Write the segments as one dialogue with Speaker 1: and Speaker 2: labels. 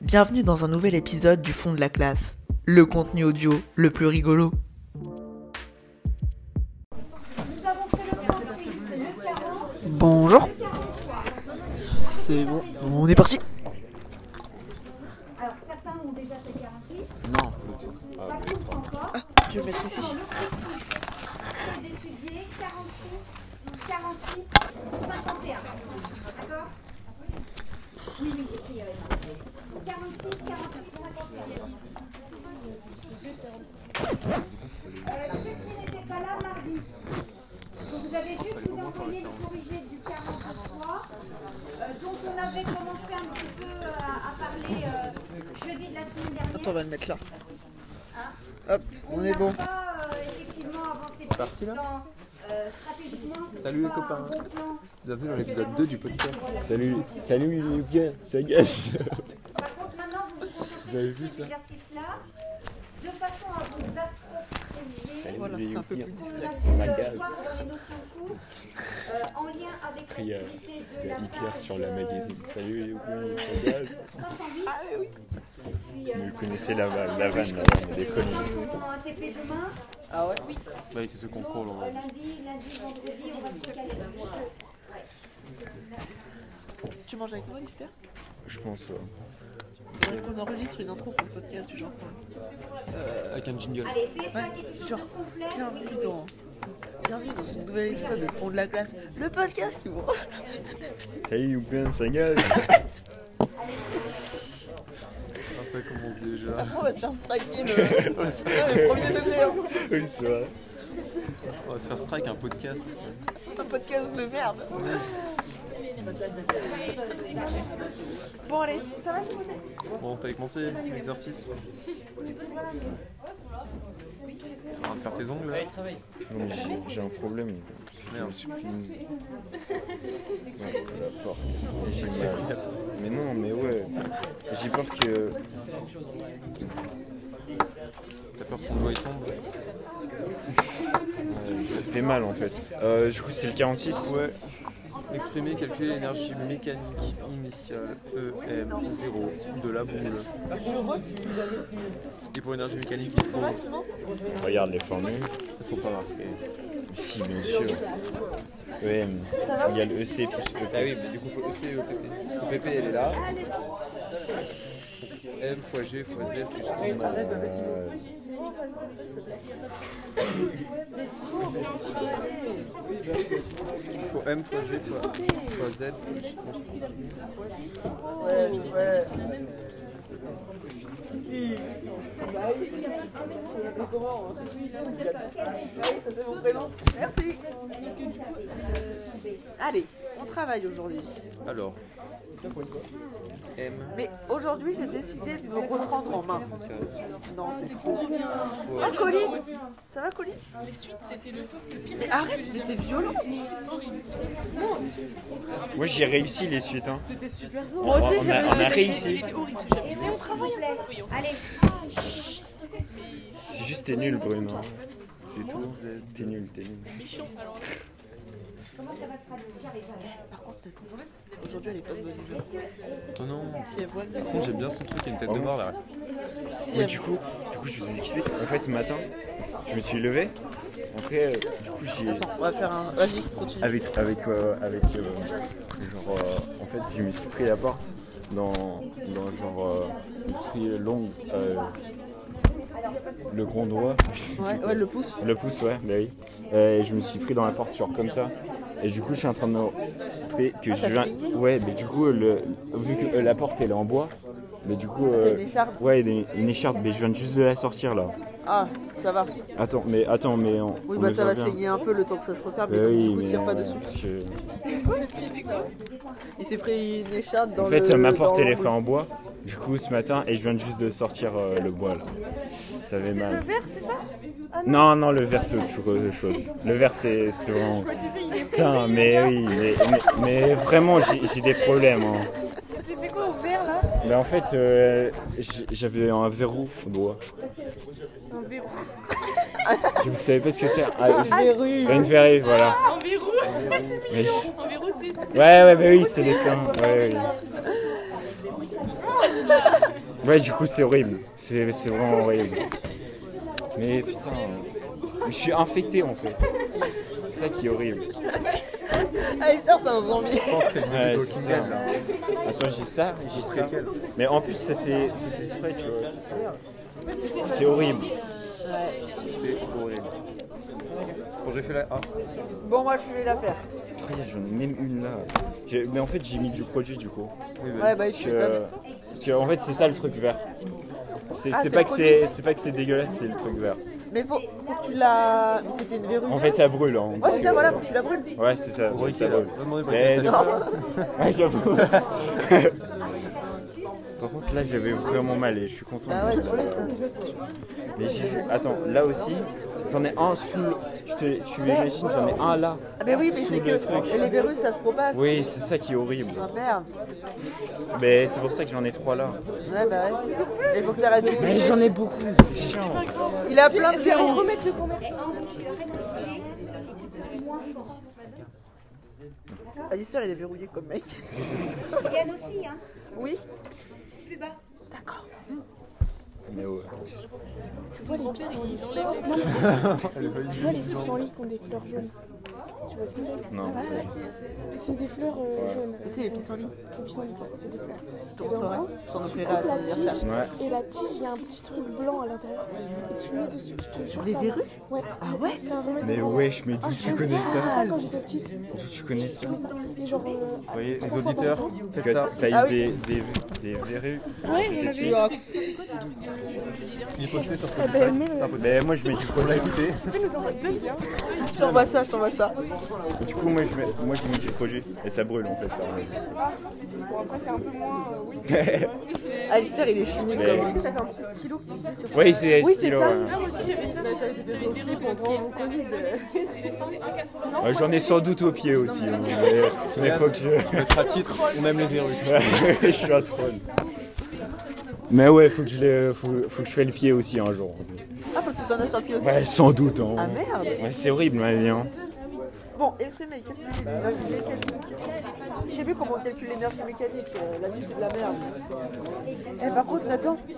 Speaker 1: Bienvenue dans un nouvel épisode du fond de la classe, le contenu audio le plus rigolo.
Speaker 2: Bonjour. C'est bon, on est parti.
Speaker 3: Alors certains ont déjà fait 46,
Speaker 2: Non.
Speaker 3: pas tous encore.
Speaker 1: Je vais mettre ici.
Speaker 3: Alors, l'objectif, c'est d'étudier 46, 48, 51. D'accord Oui, oui, j'ai pris, euh, 46, 48, 51. Euh, ceux qui n'étaient pas là mardi, donc vous avez vu que je vous ai envoyé le corrigé du 43, euh, dont on avait commencé un petit peu euh, à, à parler euh, jeudi de la semaine dernière.
Speaker 1: Attends, on va le mettre là. Hop,
Speaker 3: On
Speaker 1: on est
Speaker 3: n'a
Speaker 1: bon.
Speaker 3: pas, euh, effectivement avancé
Speaker 4: parti, là
Speaker 3: dans, euh, stratégiquement, c'est
Speaker 4: Salut, les
Speaker 3: pas
Speaker 4: copains.
Speaker 3: un bon plan.
Speaker 4: Bienvenue dans
Speaker 3: l'épisode 2 du podcast.
Speaker 4: Salut, salut Lucas, ça gâche.
Speaker 3: Par contre, maintenant, vous vous concentrez
Speaker 4: avez
Speaker 3: sur
Speaker 4: vu
Speaker 3: cet
Speaker 4: ça
Speaker 3: exercice-là de façon à vous approprier
Speaker 1: Voilà, c'est un peu plus
Speaker 3: qu'on
Speaker 1: discret.
Speaker 3: a pu euh,
Speaker 4: Saga.
Speaker 3: voir dans les notions de cours euh, en lien avec
Speaker 4: Pris, euh,
Speaker 3: l'activité de
Speaker 4: Il y
Speaker 3: la
Speaker 4: a Hitler
Speaker 3: page,
Speaker 4: sur la
Speaker 3: euh,
Speaker 4: magazine. Salut les
Speaker 3: euh,
Speaker 4: Youpis, ça gâche.
Speaker 3: 308. Puis, euh,
Speaker 4: Vous connaissez la, va- la vanne, la vanne, elle est
Speaker 3: Les
Speaker 4: connue.
Speaker 3: gens qui ont un TP demain,
Speaker 4: Bah, c'est ce qu'on
Speaker 3: donc, euh, lundi, lundi, vendredi, on va se caler.
Speaker 1: Tu manges avec moi, Lister
Speaker 4: Je pense, ouais.
Speaker 1: Faudrait qu'on enregistre une intro pour le podcast du genre.
Speaker 4: Avec un jingle.
Speaker 3: Allez, essayez de faire
Speaker 1: Ouais,
Speaker 3: quelque chose
Speaker 1: genre,
Speaker 3: de complet. Oui, oui.
Speaker 1: Bienvenue dans. Bienvenue dans ce nouvel épisode du fond de la classe, le podcast qui vous.
Speaker 4: Salut Youpien, ça gâche.
Speaker 5: Ça commence déjà.
Speaker 1: Après, on va se faire striker le. le premier degré, hein.
Speaker 4: Oui, c'est vrai.
Speaker 5: On va se faire strike un podcast.
Speaker 1: un podcast de merde. Bon, allez, ça va, vous
Speaker 5: Bon, t'avais commencé l'exercice T'es en train de faire tes ongles là
Speaker 4: Non, mais j'ai- j'ai un problème. Je me suis pris une- Ouais, la porte. Et j'ai mal. Mais non, mais ouais. J'ai peur que.
Speaker 5: T'as peur que ton doigt il tombe
Speaker 4: Ça fait mal en fait. Euh, du coup, c'est le 46
Speaker 5: Ouais. Exprimer, calculer l'énergie mécanique initiale EM0 de la boule.
Speaker 1: Ah,
Speaker 5: Et pour l'énergie mécanique, il faut.
Speaker 4: Regarde les formules.
Speaker 5: Il faut pas marquer.
Speaker 4: Si, bien sûr. EM égale EC E plus EP.
Speaker 5: Ah oui, mais du coup, faut EC et EPP. EPP, elle est là. M fois G fois Z plus
Speaker 4: Euh,
Speaker 5: Faut M fois G fois, fois Z plus constant.
Speaker 1: Merci. Allez, on travaille aujourd'hui.
Speaker 5: Alors. M.
Speaker 1: Mais aujourd'hui, j'ai décidé de me reprendre en main. Non, c'est trop. Ah, Colline Ça va, Colline Mais arrête, mais t'es violente
Speaker 4: Moi j'ai réussi les suites. Hein.
Speaker 1: Moi aussi,
Speaker 4: on
Speaker 1: j'ai
Speaker 4: a- on a
Speaker 1: réussi.
Speaker 4: réussi.
Speaker 3: Et on travaille Allez,
Speaker 4: C'est juste t'es nul Bruno. C'est tout. T'es nul, t'es nul.
Speaker 3: comment ça va se traduire J'arrive. Est-ce
Speaker 1: Par contre, t'as ton problème. Aujourd'hui, elle est pas de bonne humeur.
Speaker 3: que- est-ce
Speaker 5: Oh non.
Speaker 1: Si elle voit le
Speaker 5: Par contre, j'aime bien son truc, il y a une tête de mort là.
Speaker 1: si
Speaker 4: Mais
Speaker 1: elle...
Speaker 4: du coup, du coup je vous explique. En fait ce matin, je me suis levé. Après, euh, du coup j'ai.
Speaker 1: Attends, on va faire un. Vas-y, continue.
Speaker 4: Avec avec euh, avec euh, genre euh, en fait je me suis pris la porte dans, dans genre euh, j'ai pris long euh, le grand doigt.
Speaker 1: Ouais, ouais, le pouce.
Speaker 4: Le pouce, ouais, bah oui. Euh, et je me suis pris dans la porte, genre comme ça. Et du coup, je suis en train de me. Mais
Speaker 1: Ah,
Speaker 4: Que je viens...
Speaker 1: saigné
Speaker 4: Ouais, mais du coup, le... vu que euh, la porte elle est en bois, mais du coup. euh,
Speaker 1: une écharpe
Speaker 4: Ouais, une, une écharpe, mais je viens juste de la sortir là.
Speaker 1: Ah, ça va.
Speaker 4: Attends, mais attends, mais. On...
Speaker 1: Oui,
Speaker 4: on
Speaker 1: bah
Speaker 4: le
Speaker 1: ça
Speaker 4: voit
Speaker 1: va
Speaker 4: bien.
Speaker 1: saigner un peu le temps que ça se referme, mais
Speaker 4: Bah
Speaker 1: donc,
Speaker 4: oui,
Speaker 1: du coup,
Speaker 4: mais,
Speaker 1: tire pas
Speaker 4: ouais,
Speaker 1: dessus.
Speaker 4: parce que-
Speaker 1: Il s'est pris une écharpe dans
Speaker 4: En
Speaker 1: le.
Speaker 4: fait, ma porte
Speaker 1: dans
Speaker 4: elle est
Speaker 1: le-
Speaker 4: faite en bois, du coup, ce matin, et je viens juste de sortir euh, le bois là. Ça fait mal.
Speaker 6: Vert, c'est ça
Speaker 1: Ah,
Speaker 4: Non, non, le verre c'est autre chose. Le verre c'est c'est vraiment. Putain, mais oui, mais, mais- mais vraiment j'ai j'ai des problèmes. hein.
Speaker 6: Tu t'es fait quoi au vert là
Speaker 4: Mais en fait, euh, j'ai- j'avais un verrou au doigt.
Speaker 6: Un verrou.
Speaker 4: Je ne savais pas ce que c'est. Ah,
Speaker 1: Ah, les rues.
Speaker 4: une verrue, voilà.
Speaker 6: Un verrou
Speaker 4: Mais-
Speaker 6: Un verrou, tu sais.
Speaker 4: Ouais, ouais, mais oui, c'est des seins. Ouais, ouais. Ouais, du coup, c'est horrible. C'est c'est vraiment horrible. Mais putain, je suis infecté en fait. C'est ça qui est horrible.
Speaker 1: Allez, ça, Ah, c'est un zombie.
Speaker 5: Je pense que c'est
Speaker 4: Ouais,
Speaker 5: le
Speaker 4: c'est
Speaker 5: Walking
Speaker 4: ça.
Speaker 5: Dead, là.
Speaker 4: Attends, j'ai ça, j'ai ça. Mais en plus, ça c'est ça, c'est exprès, tu vois. C'est horrible.
Speaker 5: C'est horrible. Bon, j'ai fait la A.
Speaker 1: Bon, moi, je vais la faire.
Speaker 4: Regarde, j'en ai même une là. J'ai- Mais en fait, j'ai mis du produit du coup.
Speaker 5: Oui,
Speaker 1: Ouais,
Speaker 5: bah,
Speaker 1: bah,
Speaker 4: Parce
Speaker 1: tu
Speaker 4: que-
Speaker 1: m'étonnes.
Speaker 4: parce que, en fait, c'est ça le truc vert. C'est
Speaker 1: Ah,
Speaker 4: c'est
Speaker 1: c'est
Speaker 4: pas
Speaker 1: le
Speaker 4: que
Speaker 1: produit.
Speaker 4: c'est c'est pas que c'est dégueulasse, c'est le truc vert.
Speaker 1: Mais faut, faut que tu la. Mais c'était une verrue.
Speaker 4: En fait, ça brûle. Hein.
Speaker 1: Ouais, c'est ça, voilà, faut que tu la brûles.
Speaker 4: Ouais, c'est ça.
Speaker 5: Bon,
Speaker 4: ça
Speaker 5: ok,
Speaker 4: brûle.
Speaker 5: là. Demandez pas
Speaker 4: Mais
Speaker 5: comment ça
Speaker 4: non.
Speaker 5: fait.
Speaker 4: Ouais, j'avoue. Par contre, là, j'avais vraiment mal et je suis content.
Speaker 1: Ah
Speaker 4: de
Speaker 1: ouais,
Speaker 4: ça.
Speaker 1: c'est drôle, ça.
Speaker 4: Mais j'ai vu- Attends, là aussi, j'en ai un sous. le- Tu, te- tu imagines, j'en ai un là.
Speaker 1: Ah, mais oui, mais c'est que les verrues, ça se propage.
Speaker 4: Oui, c'est ça qui est horrible.
Speaker 1: Ah, merde.
Speaker 4: Mais c'est pour ça que j'en ai trois là.
Speaker 1: Ouais, bah ouais. Il faut que t'arrêtes de
Speaker 4: Mais
Speaker 1: toucher.
Speaker 4: j'en ai beaucoup, c'est chiant.
Speaker 1: Il a plein de verrues.
Speaker 6: Remettre le combat.
Speaker 3: Et en plus, tu arrêtes de bouger et tu peux moins fort.
Speaker 1: Ah, il est sûr, il est verrouillé comme mec.
Speaker 3: Yann aussi, hein.
Speaker 1: Oui.
Speaker 3: Plus bas.
Speaker 4: Mais ouais.
Speaker 6: Tu vois les pissenlits. Non, tu vois les pissenlits qui ont des fleurs jaunes. Tu vois ce que c'est
Speaker 4: Non.
Speaker 6: C'est des fleurs euh, jaunes.
Speaker 1: Tu sais, les pissenlits.
Speaker 6: Les pissenlits, quoi, c'est des fleurs.
Speaker 1: Je te montrerai. Je t'en offrirai à ton anniversaire.
Speaker 4: Ouais.
Speaker 6: Et la tige, il y a un petit truc blanc à l'intérieur. Et tu mets dessus, je te jure.
Speaker 1: les
Speaker 6: ça
Speaker 1: verrues
Speaker 6: marche. Ouais.
Speaker 1: Ah ouais
Speaker 6: C'est un remède.
Speaker 4: Mais
Speaker 6: de-
Speaker 4: wesh, mais d'où tu connais
Speaker 6: Je faisais
Speaker 4: ça
Speaker 6: quand j'étais petite.
Speaker 4: D'où tu connais
Speaker 6: Je
Speaker 4: ça
Speaker 6: faisais ça. Et genre. euh,
Speaker 5: Vous voyez, les
Speaker 6: trois fois
Speaker 5: auditeurs,
Speaker 6: par jour.
Speaker 4: Parce
Speaker 5: faites ça.
Speaker 4: que T'as
Speaker 1: Ah
Speaker 4: eu
Speaker 1: oui.
Speaker 4: des, des, des verrues.
Speaker 1: Tu vois,
Speaker 5: Il est posté sur Spotify. C'est un peu-
Speaker 4: Mais moi je mets du produit.
Speaker 1: Je t'envoie ça, je t'envoie ça.
Speaker 4: Du coup, moi je mets, moi, je mets du produit. Et ça brûle en fait. ça.
Speaker 7: euh,
Speaker 1: Alistair, il est chimique comme
Speaker 4: Mais-
Speaker 1: un-
Speaker 7: Ça fait un petit stylo qui glisse sur Ah,
Speaker 4: Oui, c'est
Speaker 1: Oui, c'est
Speaker 4: stylo.
Speaker 1: ça.
Speaker 4: ouais.
Speaker 7: j'avais des outils pendant mon Covid.
Speaker 4: Euh, J'en ai sans doute au pied aussi. hein, Mais, mais faut que je.
Speaker 5: Notre à titre, on aime les verrues.
Speaker 4: je suis un troll. Mais ouais, faut que je, les- faut, faut que je fasse le pied aussi un jour.
Speaker 1: Ah, faut que tu t'en as sur le pied aussi.
Speaker 4: Ouais, sans doute. hein.
Speaker 1: Ah merde.
Speaker 4: Ouais, c'est horrible ma vie. hein.
Speaker 1: Bon, effet mécanique, l'énergie mécanique. Je sais plus comment on calcule l'énergie mécanique, euh, la vie c'est de la merde. Eh, par contre, Nathan, tu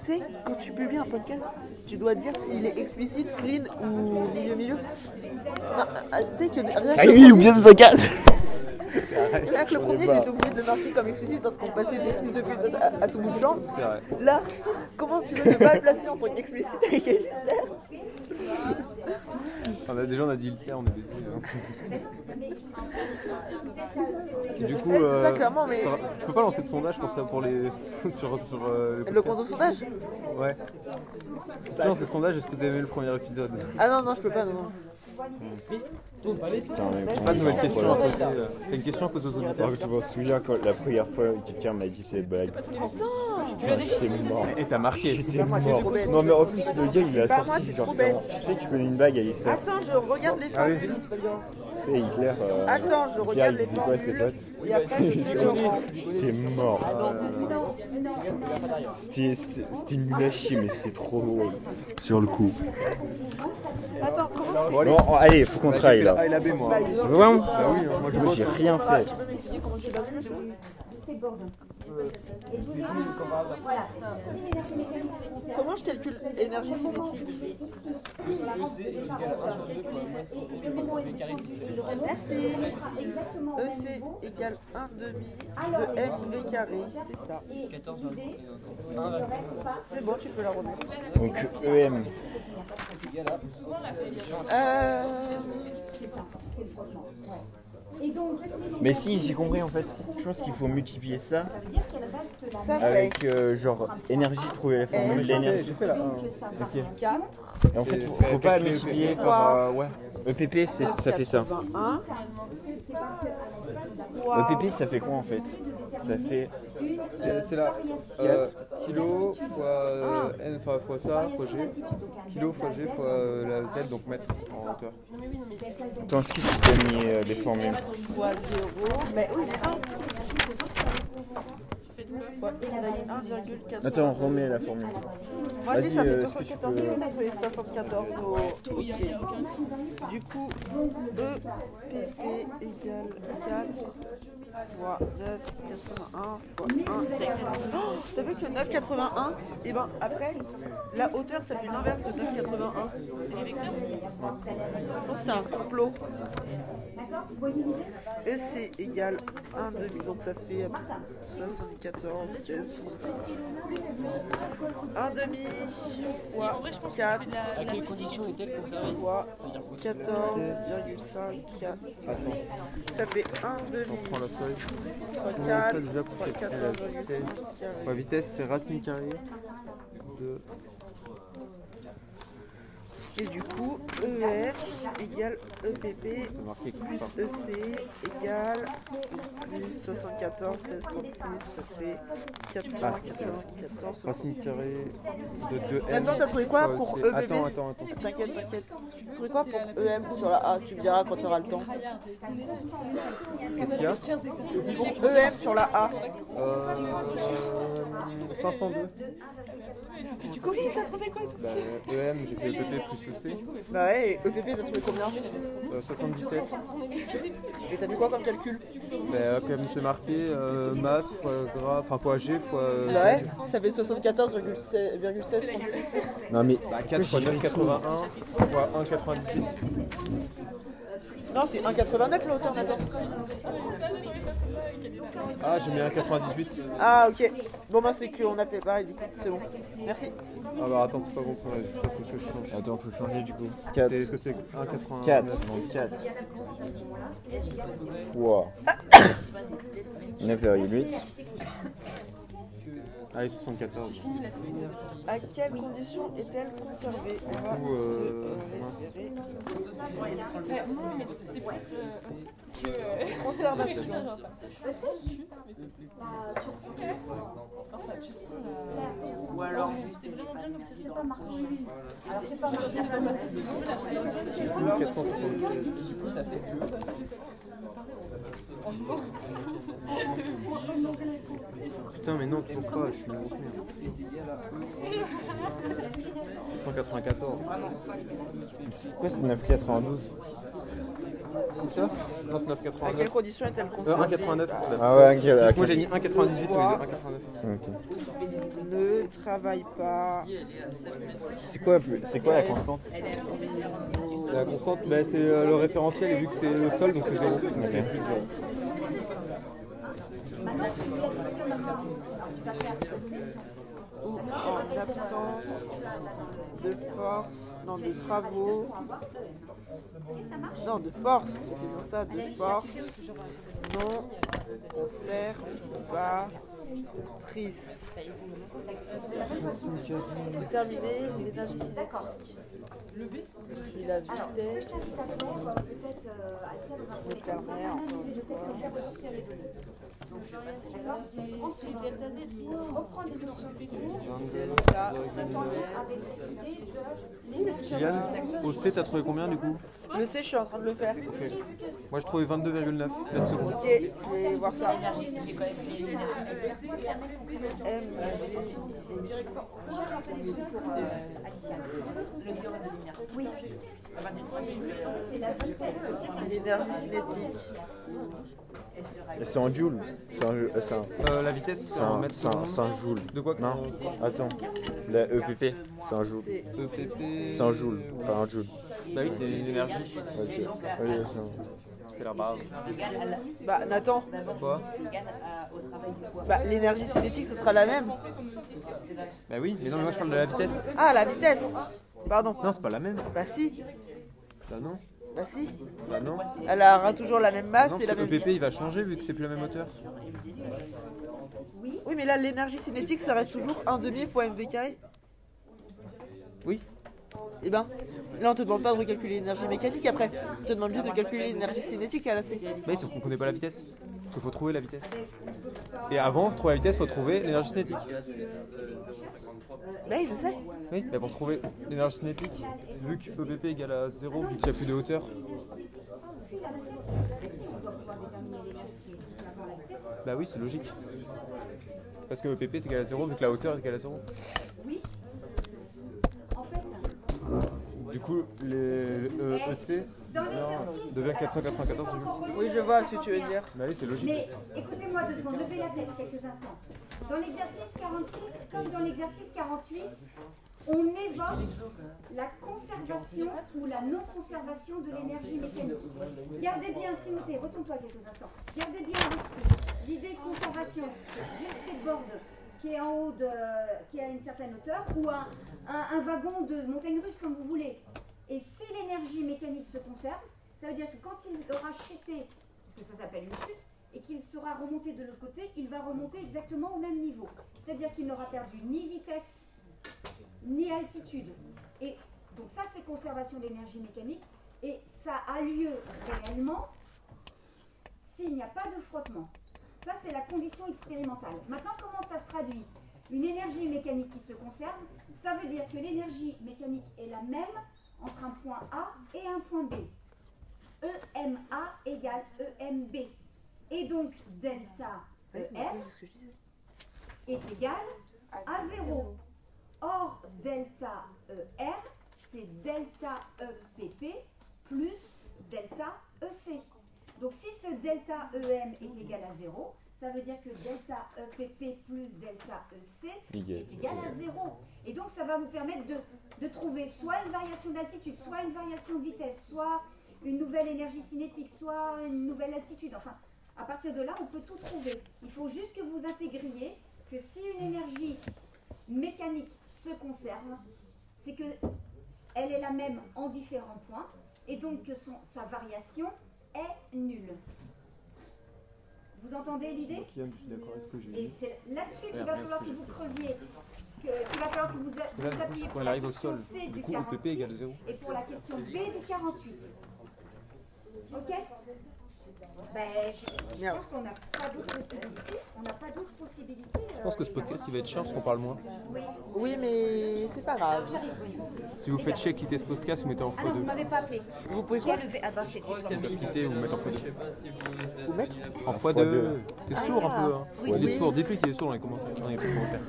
Speaker 1: sais, quand tu publies un podcast, tu dois dire s'il est explicite, clean ou milieu-milieu. ah, Tu sais que
Speaker 5: Ah
Speaker 1: rien que,
Speaker 4: Ça
Speaker 1: le
Speaker 4: y est, Ah ou
Speaker 1: premier,
Speaker 4: bien ça casse
Speaker 1: rien que le premier qui est obligé de le marquer comme explicite parce qu'on passait des fils de pute à, à tout bout de champ.
Speaker 5: C'est vrai.
Speaker 1: Là, comment tu veux ne pas le placer en tant qu'explicite avec Alistair
Speaker 5: On a, déjà, on a dit le tiers, on est baisé. Et du coup, euh,
Speaker 1: ça, clairement, mais-
Speaker 5: faudra- tu peux pas lancer de sondage pour ça pour les sur sur euh, les
Speaker 1: Le compte
Speaker 5: podcasts.
Speaker 1: au sondage
Speaker 5: Ouais. Tiens, c'est sondage. Est-ce que vous avez aimé le premier épisode
Speaker 1: Ah non, non, je peux pas, non, non.
Speaker 4: Putain, mais
Speaker 5: Pas de nouvelles
Speaker 4: vraiment,
Speaker 5: questions à
Speaker 4: voilà.
Speaker 5: poser. euh, T'as une question à poser aux auditeurs
Speaker 4: Alors que tu me souviens quand la première fois Dipker m'a dit c'est blague. Putain, j'étais mort.
Speaker 5: Et t'as marqué.
Speaker 4: J'étais mort. Non mais en plus le gars il a sorti genre clairement, tu sais tu connais une blague Alistair,
Speaker 1: Attends, je regarde les
Speaker 5: Ah oui.
Speaker 4: c'est Hitler. euh,
Speaker 1: Attends, je
Speaker 4: Hitler,
Speaker 1: Ah, regarde
Speaker 4: il
Speaker 1: les
Speaker 4: disait quoi à ses
Speaker 1: formules. Et après, je fais le rang.
Speaker 4: potes J'étais mort. C'était c'était- c'était une blague chier, mais c'était trop drôle. Sur le coup.
Speaker 1: Attends, comment
Speaker 5: Bon, allez.
Speaker 4: Bon allez faut qu'on
Speaker 5: Bah, j'ai
Speaker 4: travaille
Speaker 5: fait la A
Speaker 4: là.
Speaker 5: et la B moi.
Speaker 4: Vraiment
Speaker 5: Bah oui, hein, moi je
Speaker 4: Moi
Speaker 5: bosse.
Speaker 4: j'ai
Speaker 5: hein.
Speaker 4: rien fait.
Speaker 1: comment je calcule énergie cinétique Merci. E EC égale 1 demi de MV carré, c'est ça. C'est bon, tu peux la remettre.
Speaker 4: Donc E EM.
Speaker 1: Euh,
Speaker 4: Mais si j'ai compris en fait. Je pense qu'il faut multiplier ça
Speaker 1: ça fait
Speaker 4: avec euh, genre énergie, trouver la formule de l'énergie.
Speaker 5: J'ai fait la A.
Speaker 4: Et en fait, faut, faut pas multiplier par.
Speaker 5: par. euh, ouais.
Speaker 4: euh, EPP, c'est- ça fait ça.
Speaker 1: 1.
Speaker 4: EPP, E ça fait quoi en fait Ça fait.
Speaker 5: C'est c'est la euh, kilo fois euh, n fois, fois ça fois g. Kilo fois g fois euh, la z donc mètre en hauteur.
Speaker 4: Attends, est-ce que c'est mis euh, des formules
Speaker 1: fois 0. Mais oui, fois x 1,4.
Speaker 4: Attends, remets la formule.
Speaker 1: Moi, j'ai
Speaker 4: vas-y,
Speaker 1: ça fait
Speaker 4: euh, si tu
Speaker 1: 74
Speaker 4: peux-
Speaker 1: et ça fait 74 au, au pied. Du coup, 2 PP égale 4 fois 9,81 fois 1, Oh, T'as vu que 9,81, et ben après, la hauteur, ça fait l'inverse de 9,81. Je pense que C'est un complot. Et c'est égal 1 demi, donc ça fait 74, 16, 1 demi fois 4
Speaker 8: À quelles conditions est-elle conservée
Speaker 1: fois 14,5 4.
Speaker 5: Attends,
Speaker 1: Ça fait 1 demi
Speaker 5: prends la feuille.
Speaker 1: fois
Speaker 5: On
Speaker 1: 4
Speaker 5: fait déjà pour
Speaker 1: fois
Speaker 5: calculer la vitesse.
Speaker 1: 14,5
Speaker 5: Ma
Speaker 1: carré.
Speaker 5: vitesse, c'est racine carrée de
Speaker 1: Et du coup, ER égale EPP
Speaker 5: c'est marqué
Speaker 1: plus
Speaker 5: par
Speaker 1: EC égale plus 74, 16, 36, ça fait 494,
Speaker 5: racine
Speaker 1: 76.
Speaker 5: carrée de 2m.
Speaker 1: Attends, t'as trouvé quoi pour EPP
Speaker 5: Attends, attends, attends.
Speaker 1: T'inquiète, t'inquiète. Tu trouves quoi pour EM sur la A Tu me diras quand tu auras le temps.
Speaker 5: Qu'est-ce qu'il y a
Speaker 1: Pour EM sur la A.
Speaker 5: euh, 502.
Speaker 1: Du coup, t'as trouvé quoi
Speaker 5: Bah, EM, j'ai fait EPP plus EC.
Speaker 1: Bah ouais, et EPP, t'as trouvé combien
Speaker 5: Euh, 77.
Speaker 1: Et t'as vu quoi comme calcul
Speaker 5: Bah, comme c'est marqué, euh, masse fois gras, enfin fois G fois. euh,
Speaker 1: Bah ouais, ça fait 74,1636.
Speaker 4: Non, mais.
Speaker 5: Bah, 4 fois 9,81 fois 1,98.
Speaker 1: Non, c'est 1,89 la hauteur, Nathan.
Speaker 5: Ah, j'ai mis 1,98.
Speaker 1: Ah, ok. Bon, bah, c'est qu'on a fait pareil, du coup, c'est bon. Merci.
Speaker 5: Ah, bah attends, c'est pas bon pour la vitesse, parce que je change.
Speaker 4: Attends, faut changer du coup.
Speaker 5: C'est-
Speaker 4: 4.
Speaker 5: Est-ce que c'est 1,89
Speaker 4: 4. Donc 4. Fois. 9,8.
Speaker 5: Allez, 74. Du
Speaker 1: À quelles conditions est-elle conservée On va
Speaker 5: coup, euh, mince.
Speaker 1: se référer.
Speaker 7: Non, mais c'est plus. euh,
Speaker 1: Conservation.
Speaker 5: coup, 477. Putain, mais non, toujours pas, je suis une grosse merde. 194.
Speaker 4: Pourquoi c'est 9,92
Speaker 5: Comme ça Non, c'est 9,89.
Speaker 1: À quelles conditions est-elle
Speaker 5: Euh,
Speaker 1: conservée
Speaker 5: 1,89.
Speaker 4: Ah ouais, ok,
Speaker 5: Parce
Speaker 4: ok.
Speaker 5: que Moi j'ai mis 1,98 au lieu de 1,89.
Speaker 4: Ok.
Speaker 1: Ne travaille pas.
Speaker 4: C'est quoi, la plus- c'est quoi la constante
Speaker 5: La constante, bah, c'est euh, le référentiel et vu que c'est le sol, donc c'est 0.
Speaker 4: Ok.
Speaker 1: Ou en l'absence de force. Non, de travaux. Non, de force. C'était bien ça, de force. Non, conservatrice. Vous terminez l'énergie cinétique. Puis la vitesse.
Speaker 3: euh,
Speaker 1: Je permets, encore une fois. Delta,
Speaker 3: avec cette idée de
Speaker 5: Kylian, au C t'as trouvé combien du coup
Speaker 1: Le C, je suis en train de le faire.
Speaker 5: Moi j'ai trouvé 22,9 mètres secondes.
Speaker 1: Ok, je vais voir ça. M, l'énergie cinétique.
Speaker 4: C'est en joule. C'est en joule. C'est un.
Speaker 5: Euh, la vitesse c'est
Speaker 4: C'est
Speaker 5: en
Speaker 4: un,
Speaker 5: mètres
Speaker 4: c'est un, c'est
Speaker 5: secondes.
Speaker 4: un joule.
Speaker 5: De quoi que
Speaker 4: Non Attends. La EPP, c'est un joule.
Speaker 1: C'est
Speaker 5: EPP.
Speaker 4: C'est un joule, pas un joule.
Speaker 5: E Bah oui, c'est une énergie.
Speaker 4: Ok. Oui, c'est
Speaker 5: C'est la barre.
Speaker 1: bah Nathan,
Speaker 5: Quoi euh,
Speaker 1: bah l'énergie cinétique ce sera la même.
Speaker 5: Bah oui, mais non, mais moi je parle de la vitesse.
Speaker 1: Ah la vitesse. Pardon.
Speaker 5: Non, c'est pas la même.
Speaker 1: Bah si,
Speaker 5: Bah non.
Speaker 1: bah si.
Speaker 5: Bah non.
Speaker 1: Elle aura toujours la même masse
Speaker 5: Non,
Speaker 1: et Ah, la
Speaker 5: parce
Speaker 1: même.
Speaker 5: que EPP il va changer vu que c'est plus la même hauteur.
Speaker 1: Oui mais là l'énergie cinétique ça reste toujours 1 demi fois mv carré.
Speaker 5: Oui.
Speaker 1: Et ben là on te demande pas de recalculer l'énergie mécanique après. On te demande juste de calculer l'énergie cinétique à la C.
Speaker 5: Bah oui, sauf qu'on connaît pas la vitesse. Parce qu'il faut trouver la vitesse. Et avant, trouver la vitesse, faut trouver l'énergie cinétique.
Speaker 1: Bah oui je sais.
Speaker 5: Oui, bah pour trouver l'énergie cinétique, vu que E EPP égale à 0, vu qu'il n'y a plus de hauteur, bah oui, c'est logique. Parce que le PP est égal à 0 vu que la hauteur est égale à 0. Du coup, les euh, EC
Speaker 3: Dans
Speaker 5: non, devient 494 du coup.
Speaker 1: Oui, je vois ce que tu veux dire.
Speaker 5: Bah oui, c'est logique.
Speaker 3: Mais écoutez-moi deux secondes, levez la tête quelques instants. Dans l'exercice 46, comme dans l'exercice 48, on évoque la conservation ou la non-conservation de l'énergie mécanique. Gardez bien, Timothée, retourne-toi quelques instants. Gardez bien à l'esprit l'idée de conservation. J'ai le skateboard qui est en haut de, qui a une certaine hauteur, ou un, un- un wagon de montagne russe comme vous voulez. Et si l'énergie mécanique se conserve, ça veut dire que quand il aura chuté, parce que ça s'appelle une chute, et qu'il sera remonté de l'autre côté, il va remonter exactement au même niveau. C'est-à-dire qu'il n'aura perdu ni vitesse, ni altitude. Et donc ça, c'est conservation d'énergie mécanique. Et ça a lieu réellement s'il n'y a pas de frottement. Ça, c'est la condition expérimentale. Maintenant, comment ça se traduit Une énergie mécanique qui se conserve, ça veut dire que l'énergie mécanique est la même entre un point A et un point B. EMA égale E EMB. Et donc, delta ER est égal à 0. Or, delta ER, c'est delta EPP plus delta EC. Donc, si ce delta EM est égal à 0, ça veut dire que delta EPP plus delta E EC est égal à 0. Et donc, ça va vous permettre de, de trouver soit une variation d'altitude, soit une variation de vitesse, soit une nouvelle énergie cinétique, soit une nouvelle altitude. Enfin, à partir de là, on peut tout trouver. Il faut juste que vous intégriez que si une énergie mécanique se conserve, c'est que elle est la même en différents points et donc que son- sa variation est nulle. Vous entendez l'idée
Speaker 5: Ok, je suis d'accord avec ce que j'ai
Speaker 3: et
Speaker 5: dit.
Speaker 3: c'est là-dessus qu'il va falloir que vous creusiez, que- qu'il va falloir que vous a-
Speaker 5: Là,
Speaker 3: vous
Speaker 5: du
Speaker 3: appuyiez
Speaker 5: coup,
Speaker 3: pour
Speaker 5: quand elle
Speaker 3: la
Speaker 5: arrive au
Speaker 3: question
Speaker 5: sol,
Speaker 3: C
Speaker 5: du
Speaker 3: du
Speaker 5: coup, EPP
Speaker 3: 46
Speaker 5: égale 0.
Speaker 3: et pour la question B du 48. Ok Ben, je, je
Speaker 1: Merde.
Speaker 3: pense qu'on n'a pas d'autres possibilités. On n'a pas d'autres possibilités. euh,
Speaker 5: Je pense que ce podcast il va être chiant parce qu'on parle moins.
Speaker 1: Oui, mais c'est pas grave.
Speaker 5: Si vous faites chier quitter ce podcast, vous mettez en
Speaker 3: Ah non, vous
Speaker 5: x2.
Speaker 3: m'avez pas appelé. Vous pouvez quoi Ah ben, c'est c'est toi.
Speaker 5: Ils peuvent quitter ou mettre en x2.
Speaker 1: Ou mettre
Speaker 5: En x2. T'es sourd un peu. Hein.
Speaker 3: Oui.
Speaker 5: Il est sourd. Dites-lui qu'il est sourd dans les commentaires. Non, il n'y a pas de commentaires.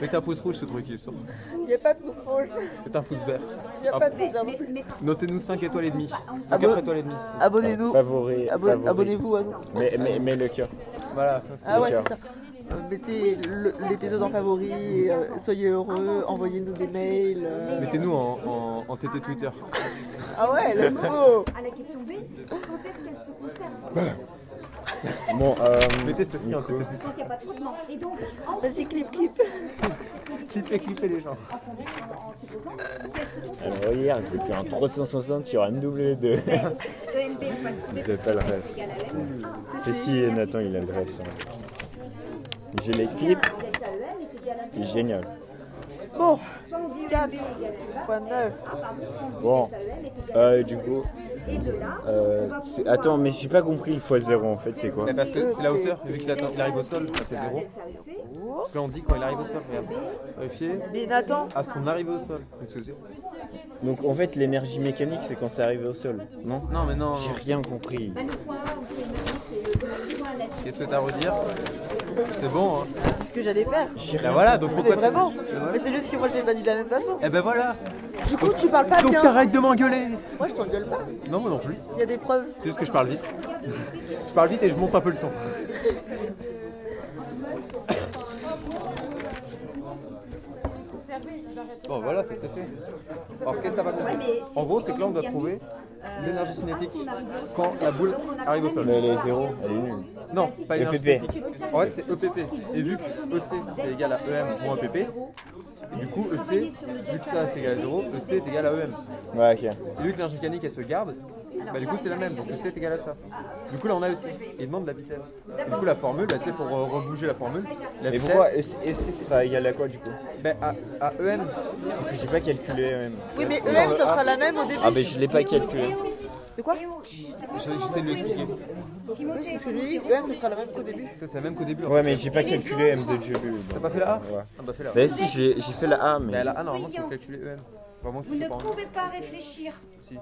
Speaker 5: Mets un pouce rouge, ce truc qui est sourd.
Speaker 1: Il n'y a pas de pouce rouge.
Speaker 5: Mets un pouce vert.
Speaker 1: Il n'y a
Speaker 5: Ah,
Speaker 1: pas de pouce vert.
Speaker 3: Mais, mais par
Speaker 5: Notez-nous 5 étoiles et demie.
Speaker 2: Ah bon
Speaker 5: 4 étoiles et demie.
Speaker 2: Abonnez-nous.
Speaker 4: Favori.
Speaker 2: Abonne-
Speaker 4: favori.
Speaker 2: Abonnez-vous à nous.
Speaker 4: Mais, mais, mais le cœur.
Speaker 5: Voilà.
Speaker 2: Ah ouais,
Speaker 4: D'accord.
Speaker 2: c'est ça. Euh, Mettez le- l'épisode en favori, euh, soyez heureux, envoyez-nous des mails. euh.
Speaker 5: Mettez-nous en, en, en TT Twitter.
Speaker 2: Ah ouais, let's go
Speaker 3: à la question B, quand est-ce qu'elle se conserve
Speaker 5: Bah.
Speaker 4: Bon, euh,
Speaker 5: Mettez ce qui en TT Twitter.
Speaker 3: Quand il n'y a pas de traitement. Et donc, en,
Speaker 2: Vas-y, clip, clip.
Speaker 5: Clippez, clippez les gens.
Speaker 3: en, en supposant qu'elle se conserve.
Speaker 4: alors hier, j'ai fait un 360 sur MW2.
Speaker 3: EMB, on va le trouver.
Speaker 4: C'est pas le rêve.
Speaker 3: égale à l'EM.
Speaker 4: Et si Nathan, il a le rêve, ça. J'ai les clips,
Speaker 3: Delta EM est égal à
Speaker 4: c'est génial.
Speaker 2: Bon,
Speaker 3: Soit on dit EMB
Speaker 2: 4
Speaker 3: égale à
Speaker 2: fois 9.
Speaker 3: EM, ah, pardon, soit on dit
Speaker 4: Bon.
Speaker 3: delta EM est égal à
Speaker 4: Euh, du coup,
Speaker 3: Et de là, on
Speaker 4: euh,
Speaker 3: va
Speaker 4: c'est-
Speaker 3: pouvoir-
Speaker 4: attends, mais j'ai pas compris le x0 en fait, c'est quoi
Speaker 5: Mais parce que c'est la hauteur. Vu qu'il atte- il arrive au sol, bah, c'est 0.
Speaker 3: delta EC,
Speaker 5: Parce que là, on dit quand il arrive au sol. Regarde. Vérifiez.
Speaker 2: Mais Nathan,
Speaker 5: À son arrivée au sol. Donc, c'est-
Speaker 4: Donc en fait, l'énergie mécanique, c'est quand c'est arrivé au sol, non
Speaker 5: Non, mais non.
Speaker 4: J'ai rien compris.
Speaker 3: bah, le point A, on fait maintenant, c'est le le point latitude.
Speaker 5: Qu'est-ce que t'as à redire C'est bon, hein
Speaker 2: c'est ce que j'allais faire.
Speaker 5: Bah voilà, donc
Speaker 2: Mais
Speaker 5: pourquoi tu...
Speaker 2: vraiment Mais c'est juste que moi je l'ai pas dit de la même façon.
Speaker 5: Eh ben voilà
Speaker 2: Du coup, tu parles pas
Speaker 5: Donc
Speaker 2: bien.
Speaker 5: t'arrêtes de m'engueuler
Speaker 2: Moi je t'engueule pas.
Speaker 5: Non, moi non plus.
Speaker 2: Il y a des preuves.
Speaker 5: C'est juste que je parle vite. Je parle vite et je monte un peu le temps. Bon voilà, ça c'est fait. Alors qu'est-ce que t'as pas compris En gros, c'est que là on doit trouver l'énergie cinétique quand la boule arrive au sol.
Speaker 4: Mais les 0, elle est nulle.
Speaker 5: Non, pas l'énergie
Speaker 4: EPP.
Speaker 5: cinétique. En fait, c'est EPP. Et vu que EC c'est égal à E EM moins EPP, du coup EC, vu que ça c'est égal à 0, EC est égal à EM.
Speaker 4: Ouais, ok.
Speaker 5: Et vu que l'énergie mécanique elle se garde, bah, du coup c'est la même, donc EC est égal à ça. Du coup là on a EC, il demande la vitesse. Et du coup la formule, là tu sais, faut re- rebouger la formule. La
Speaker 4: Mais
Speaker 5: vitesse,
Speaker 4: pourquoi EC sera égal à quoi du coup
Speaker 5: ben, à, à EM,
Speaker 4: J'ai pas calculé même.
Speaker 2: Oui, mais EM ça sera la même au début.
Speaker 4: Ah, mais je l'ai pas calculé.
Speaker 2: De quoi
Speaker 5: j'essaie de l'expliquer.
Speaker 2: Oui, c'est ce que je lui dis. EM ça sera la même qu'au début.
Speaker 5: Ça c'est la même qu'au début. en fait.
Speaker 4: Ouais, mais j'ai pas calculé M de Jubu.
Speaker 5: T'as pas fait la A
Speaker 4: Ouais.
Speaker 5: Ah bah fais la A.
Speaker 4: Bah si, j'ai j'ai fait la A, mais.
Speaker 5: Mais la A normalement tu peux calculer EM. Vraiment,
Speaker 3: Vous
Speaker 5: tu
Speaker 3: ne
Speaker 5: sais pas. hein.
Speaker 3: pouvez pas réfléchir.
Speaker 5: Si.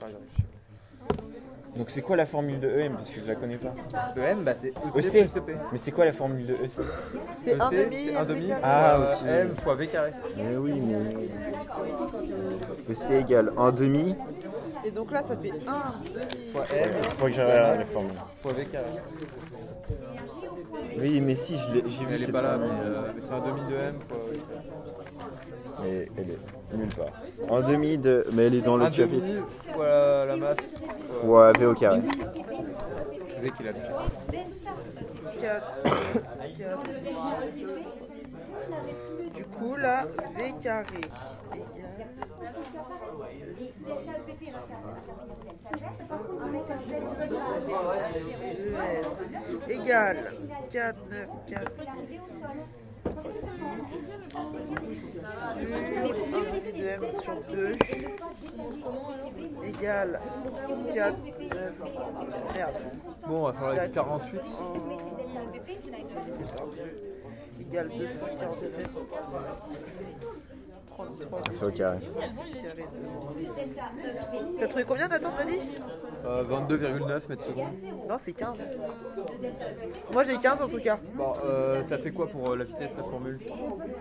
Speaker 5: Par exemple.
Speaker 4: Donc c'est quoi la formule de EM Parce que je la connais pas.
Speaker 5: EM, bah, c'est
Speaker 4: EC
Speaker 5: EC plus EP.
Speaker 4: E Mais c'est quoi la formule de E EC
Speaker 1: C'est un
Speaker 5: EC,
Speaker 1: demi.
Speaker 5: c'est un demi.
Speaker 4: Ah,
Speaker 5: euh,
Speaker 4: ok.
Speaker 5: M fois V carré.
Speaker 9: Mais oui, mais.
Speaker 4: E
Speaker 9: EC égale 1 demi.
Speaker 1: Et donc là, ça fait un demi.
Speaker 5: Fois M
Speaker 4: Faut que j'aille la formule.
Speaker 5: fois V carré.
Speaker 4: Oui, mais si, je l'ai- j'ai
Speaker 5: Mais elle
Speaker 4: vu
Speaker 5: est
Speaker 4: cette
Speaker 5: pas là, mais
Speaker 4: formule.
Speaker 5: euh, mais c'est un demi de M fois V carré.
Speaker 4: Mais elle est nulle part.
Speaker 9: 1 demi de. Mais elle est dans
Speaker 5: Un
Speaker 9: l'autre chapitre.
Speaker 5: demi fois la, la masse fois
Speaker 9: Fois V au carré.
Speaker 5: V qu'il a mis.
Speaker 1: Du coup, là, V carré. égale- EL égale 4, 9, 4, 6. deuxième sur 2 égale 4, 9, merde,
Speaker 5: Bon, on va faire la 48.
Speaker 1: égale 247
Speaker 9: C'est au carré.
Speaker 1: carré de- T'as trouvé combien d'attente, t'as dit
Speaker 5: Euh, 22,9 mètres secondes.
Speaker 1: Non, c'est 15. Moi j'ai 15 en tout cas.
Speaker 5: Bon, euh, t'as fait quoi pour euh, la vitesse, la formule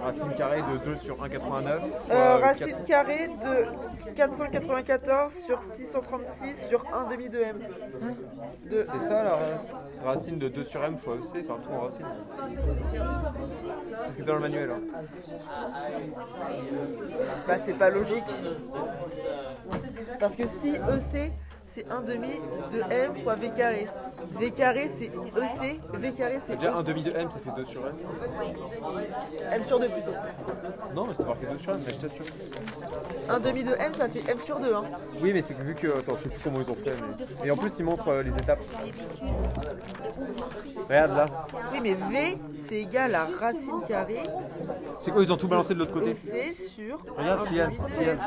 Speaker 5: Racine carrée de 2 sur 1,89.
Speaker 1: Euh,
Speaker 5: fois
Speaker 1: racine
Speaker 5: quatre-
Speaker 1: carrée de 494 sur 636 sur 1 demi de M. De
Speaker 5: C'est ça la ra- racine de 2 sur M fois EC, enfin tout en racine. C'est ce qui est dans le manuel. hein.
Speaker 1: Bah c'est pas logique. Parce que si EC c'est 1 demi de M fois V carré. V carré c'est EC, V carré c'est
Speaker 5: Déjà, 1
Speaker 1: EC.
Speaker 5: demi de M, ça fait 2 sur M.
Speaker 1: M sur 2 plutôt.
Speaker 5: Non, mais c'est marqué 2 sur M, mais je t'assure.
Speaker 1: 1 demi de M ça fait M sur 2. Hein.
Speaker 5: Oui, mais c'est que vu que. Attends, je sais plus comment ils ont fait. Mais... Et en plus, ils montrent euh, les étapes. Regarde là.
Speaker 1: Oui mais V c'est égal à racine carrée
Speaker 5: C'est quoi Ils ont tout balancé de l'autre côté
Speaker 1: EC sur
Speaker 5: Regarde, Kylian. Kylian.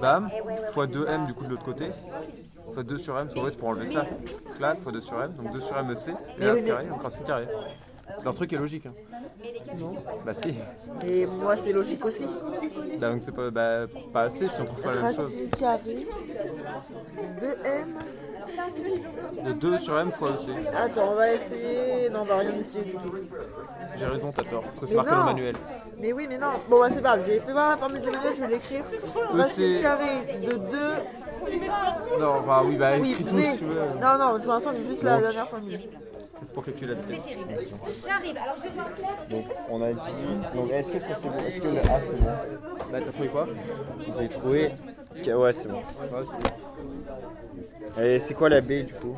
Speaker 5: Bam, fois 2M du coup de l'autre côté. Fois 2 sur M, c'est vrai, c'est pour enlever ça. Clac, fois 2 sur M, donc 2 sur M EC. Et là,
Speaker 1: oui, mais-
Speaker 5: carré, donc racine carrée. C'est un truc qui est logique. Hein. Bah si.
Speaker 1: Et moi c'est logique aussi.
Speaker 5: Bah, donc c'est pas, bah, pas assez si on trouve pas la même chose.
Speaker 1: Racine carrée de M.
Speaker 5: De 2 sur M fois E, EC.
Speaker 1: Attends on va essayer. Non on va rien essayer du tout.
Speaker 5: J'ai raison, t'as tort. Parce que c'est
Speaker 1: Mais
Speaker 5: marqué dans le
Speaker 1: non.
Speaker 5: manuel.
Speaker 1: Mais oui, mais non. Bon, bah, c'est pas grave. J'ai fait voir la formule de manuel, je vais l'écrire. Racine
Speaker 5: Euh, c'est-
Speaker 1: carrée de 2.
Speaker 5: Non, bah oui, bah
Speaker 1: Oui,
Speaker 5: écris tout
Speaker 1: V.
Speaker 5: si tu veux. Euh,
Speaker 1: Non, non, pour l'instant, j'ai juste la dernière formule.
Speaker 5: C'est pour calculer la vitesse.
Speaker 3: J'arrive, alors je vais voir clair.
Speaker 4: Donc on a dit. Donc est-ce que ça c'est bon Est-ce que le A c'est bon
Speaker 5: Bah t'as trouvé quoi
Speaker 4: J'ai trouvé. Ouais, c'est bon. Et c'est quoi la B du coup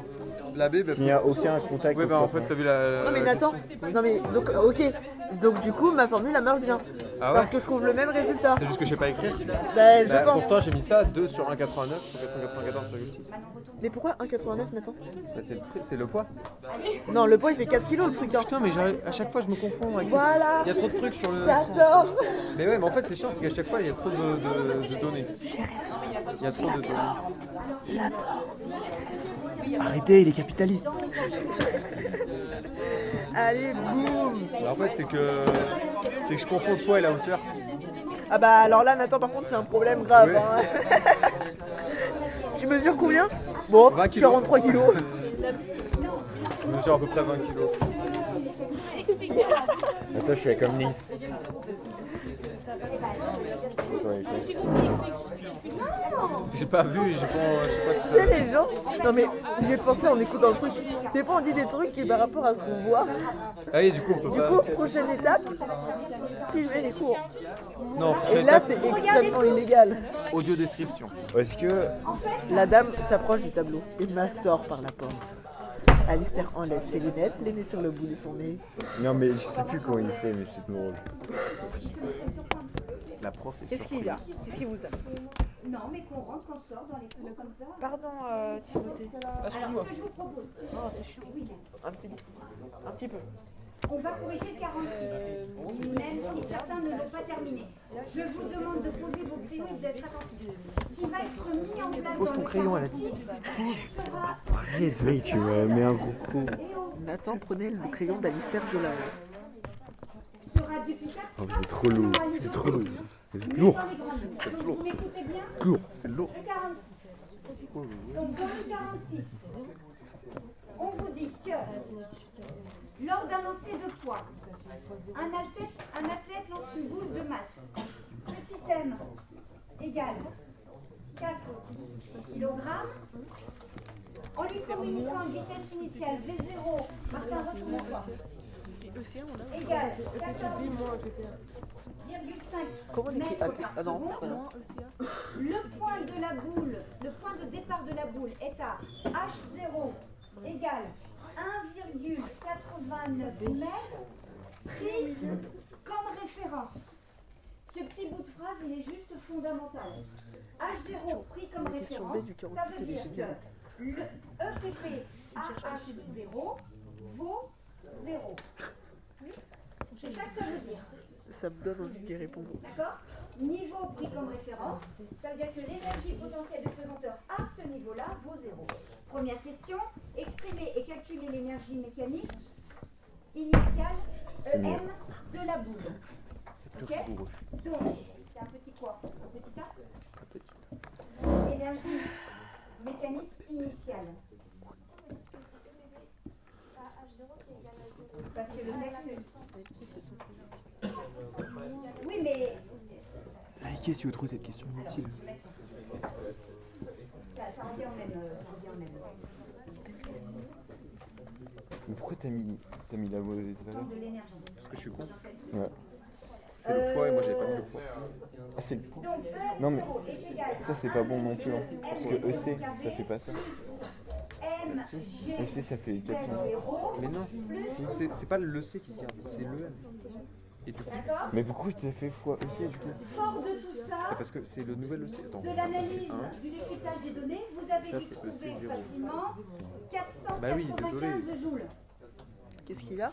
Speaker 5: La B, bah.
Speaker 4: S'il n'y a aucun contact.
Speaker 5: Ouais,
Speaker 4: au
Speaker 5: bah en
Speaker 4: plafond.
Speaker 5: fait, t'as vu la.
Speaker 1: Non, mais
Speaker 5: la
Speaker 1: Nathan,
Speaker 5: question
Speaker 1: non, mais donc, euh, ok. Donc, du coup, ma formule, elle marche bien.
Speaker 5: Ah ouais
Speaker 1: Parce que je trouve le même résultat.
Speaker 5: C'est juste que je sais pas écrire.
Speaker 1: Bah, je
Speaker 5: Bah,
Speaker 1: pense.
Speaker 5: Pourtant, j'ai mis ça 2 sur 1,89 sur 494,6.
Speaker 1: Mais pourquoi 1,89 Nathan
Speaker 5: Bah, c'est le prix, c'est le poids.
Speaker 1: Non, le poids, il fait 4 kilos le truc. Hein.
Speaker 5: Putain, mais j'arrive- à chaque fois, je me confonds. avec-
Speaker 1: Voilà.
Speaker 5: Il y a trop de trucs sur le.
Speaker 1: T'as tort.
Speaker 5: Mais ouais, mais en fait, c'est chiant, c'est qu'à chaque fois, il y a trop de, de- de données. Il y a trop de données.
Speaker 9: Arrêtez, il est capitaliste.
Speaker 1: Allez, boum.
Speaker 5: Bah, en fait, c'est que. C'est que je confonds le poids et la hauteur.
Speaker 1: Ah, bah, alors là, Nathan, par contre, c'est un problème grave. hein.
Speaker 5: Ouais.
Speaker 1: tu mesures combien Bon,
Speaker 5: 20 kilos.
Speaker 1: 43 kilos.
Speaker 5: Je mesure à peu près 20 kilos.
Speaker 4: Attends, je suis comme Nice.
Speaker 5: J'ai pas vu, j'ai pas. Je sais pas
Speaker 1: Tu
Speaker 5: si ça.
Speaker 1: sais, les gens, non mais j'ai pensé en écoutant le truc. Des fois, on dit des trucs qui par rapport à ce qu'on voit.
Speaker 5: Ah oui, du coup, on peut
Speaker 1: Du
Speaker 5: pas.
Speaker 1: coup, prochaine étape, filmer les cours.
Speaker 5: Non,
Speaker 1: Et
Speaker 5: prochaine
Speaker 1: là,
Speaker 5: étape,
Speaker 1: c'est extrêmement illégal.
Speaker 5: audio description.
Speaker 4: Est-ce que
Speaker 1: La dame s'approche du tableau et m'assort par la porte. Alistair enlève ses lunettes, les met sur le bout de son nez.
Speaker 4: Non mais je sais plus comment il fait, mais c'est drôle.
Speaker 5: La prof est
Speaker 1: Qu'est-ce qu'il y a Qu'est-ce qui vous a
Speaker 3: Non, mais qu'on rentre, qu'on sort dans les cours comme ça.
Speaker 1: Pardon, euh, Timothée.
Speaker 3: Alors, ce que je vous propose,
Speaker 1: Oh, Un petit, un petit peu. Euh,
Speaker 3: on va corriger le 46, même si certains ne l'ont pas terminé. Je vous demande de poser vos crayons et d'être attentifs. Ce qui va être mis en place dans le
Speaker 1: crayon, elle a
Speaker 3: 46 sera
Speaker 4: Arrête mec, tu m'as mis un gros coup.
Speaker 1: Nathan prenait le crayon d'Alistair de la
Speaker 3: sera duplicable.
Speaker 4: Oh, vous êtes trop lourd,
Speaker 3: Ah,
Speaker 4: vous êtes trop lourd. Vous êtes lourd.
Speaker 3: Vous m'écoutez bien
Speaker 4: Lourd, c'est lourd.
Speaker 3: Le 46. Donc dans le 46, on vous dit que lors d'un lancer de poids, un athlète, un athlète lance une boule de masse. Petit M égale 4 kg. En lui communiquant une vitesse initiale V0, Martin, retourne-toi,
Speaker 7: L'océan, là.
Speaker 3: égale 14,5 mètres par
Speaker 2: Ah non,
Speaker 3: seconde.
Speaker 2: voilà.
Speaker 3: Le point de la boule, le point de départ de la boule est à H0 égale 1,89 mètres pris comme référence. Ce petit bout de phrase, il est juste fondamental. H0 pris comme référence, ça veut dire que le EPP à H0 vaut 0. C'est ça que ça veut dire.
Speaker 2: Ça me donne envie d'y répondre.
Speaker 3: D'accord Niveau pris comme référence, ça veut dire que l'énergie potentielle du pesanteur à ce niveau-là vaut zéro. Première question, exprimer et calculer l'énergie mécanique initiale EM de la boule. Ok Donc, c'est un petit quoi Un petit A Énergie mécanique initiale. Parce que le texte... Oui, mais
Speaker 10: Likez si vous trouvez cette question inutile.
Speaker 3: ça, ça revient au même. euh, Ça revient au même.
Speaker 4: Mais pourquoi t'as mis, t'as mis la mauvaise valeur
Speaker 3: de l'énergie.
Speaker 5: Parce que je suis con.
Speaker 4: Ouais.
Speaker 5: C'est le poids et moi j'avais pas mis le poids.
Speaker 4: Ah, c'est le point.
Speaker 3: Donc E
Speaker 4: Non, mais
Speaker 3: est égal
Speaker 4: ça, c'est pas bon non plus. hein. Parce que EC, ça fait pas ça.
Speaker 3: M
Speaker 4: EC, ça fait 400.
Speaker 5: Mais non, c'est c'est pas le C qui se garde, c'est le M. Et du coup,
Speaker 3: D'accord
Speaker 4: Mais pourquoi je t'ai fait fois EC du coup
Speaker 3: Fort de tout
Speaker 5: ah,
Speaker 3: ça,
Speaker 5: parce que c'est le nouvel EC. Attends,
Speaker 3: de
Speaker 5: on va faire EC
Speaker 3: l'analyse
Speaker 5: 1.
Speaker 3: du décryptage des données, vous avez
Speaker 5: Ça,
Speaker 3: dû
Speaker 5: c'est E
Speaker 3: trouver
Speaker 5: EC0.
Speaker 3: facilement
Speaker 5: Bah oui, désolé.
Speaker 3: 495 joules.
Speaker 2: Qu'est-ce qu'il a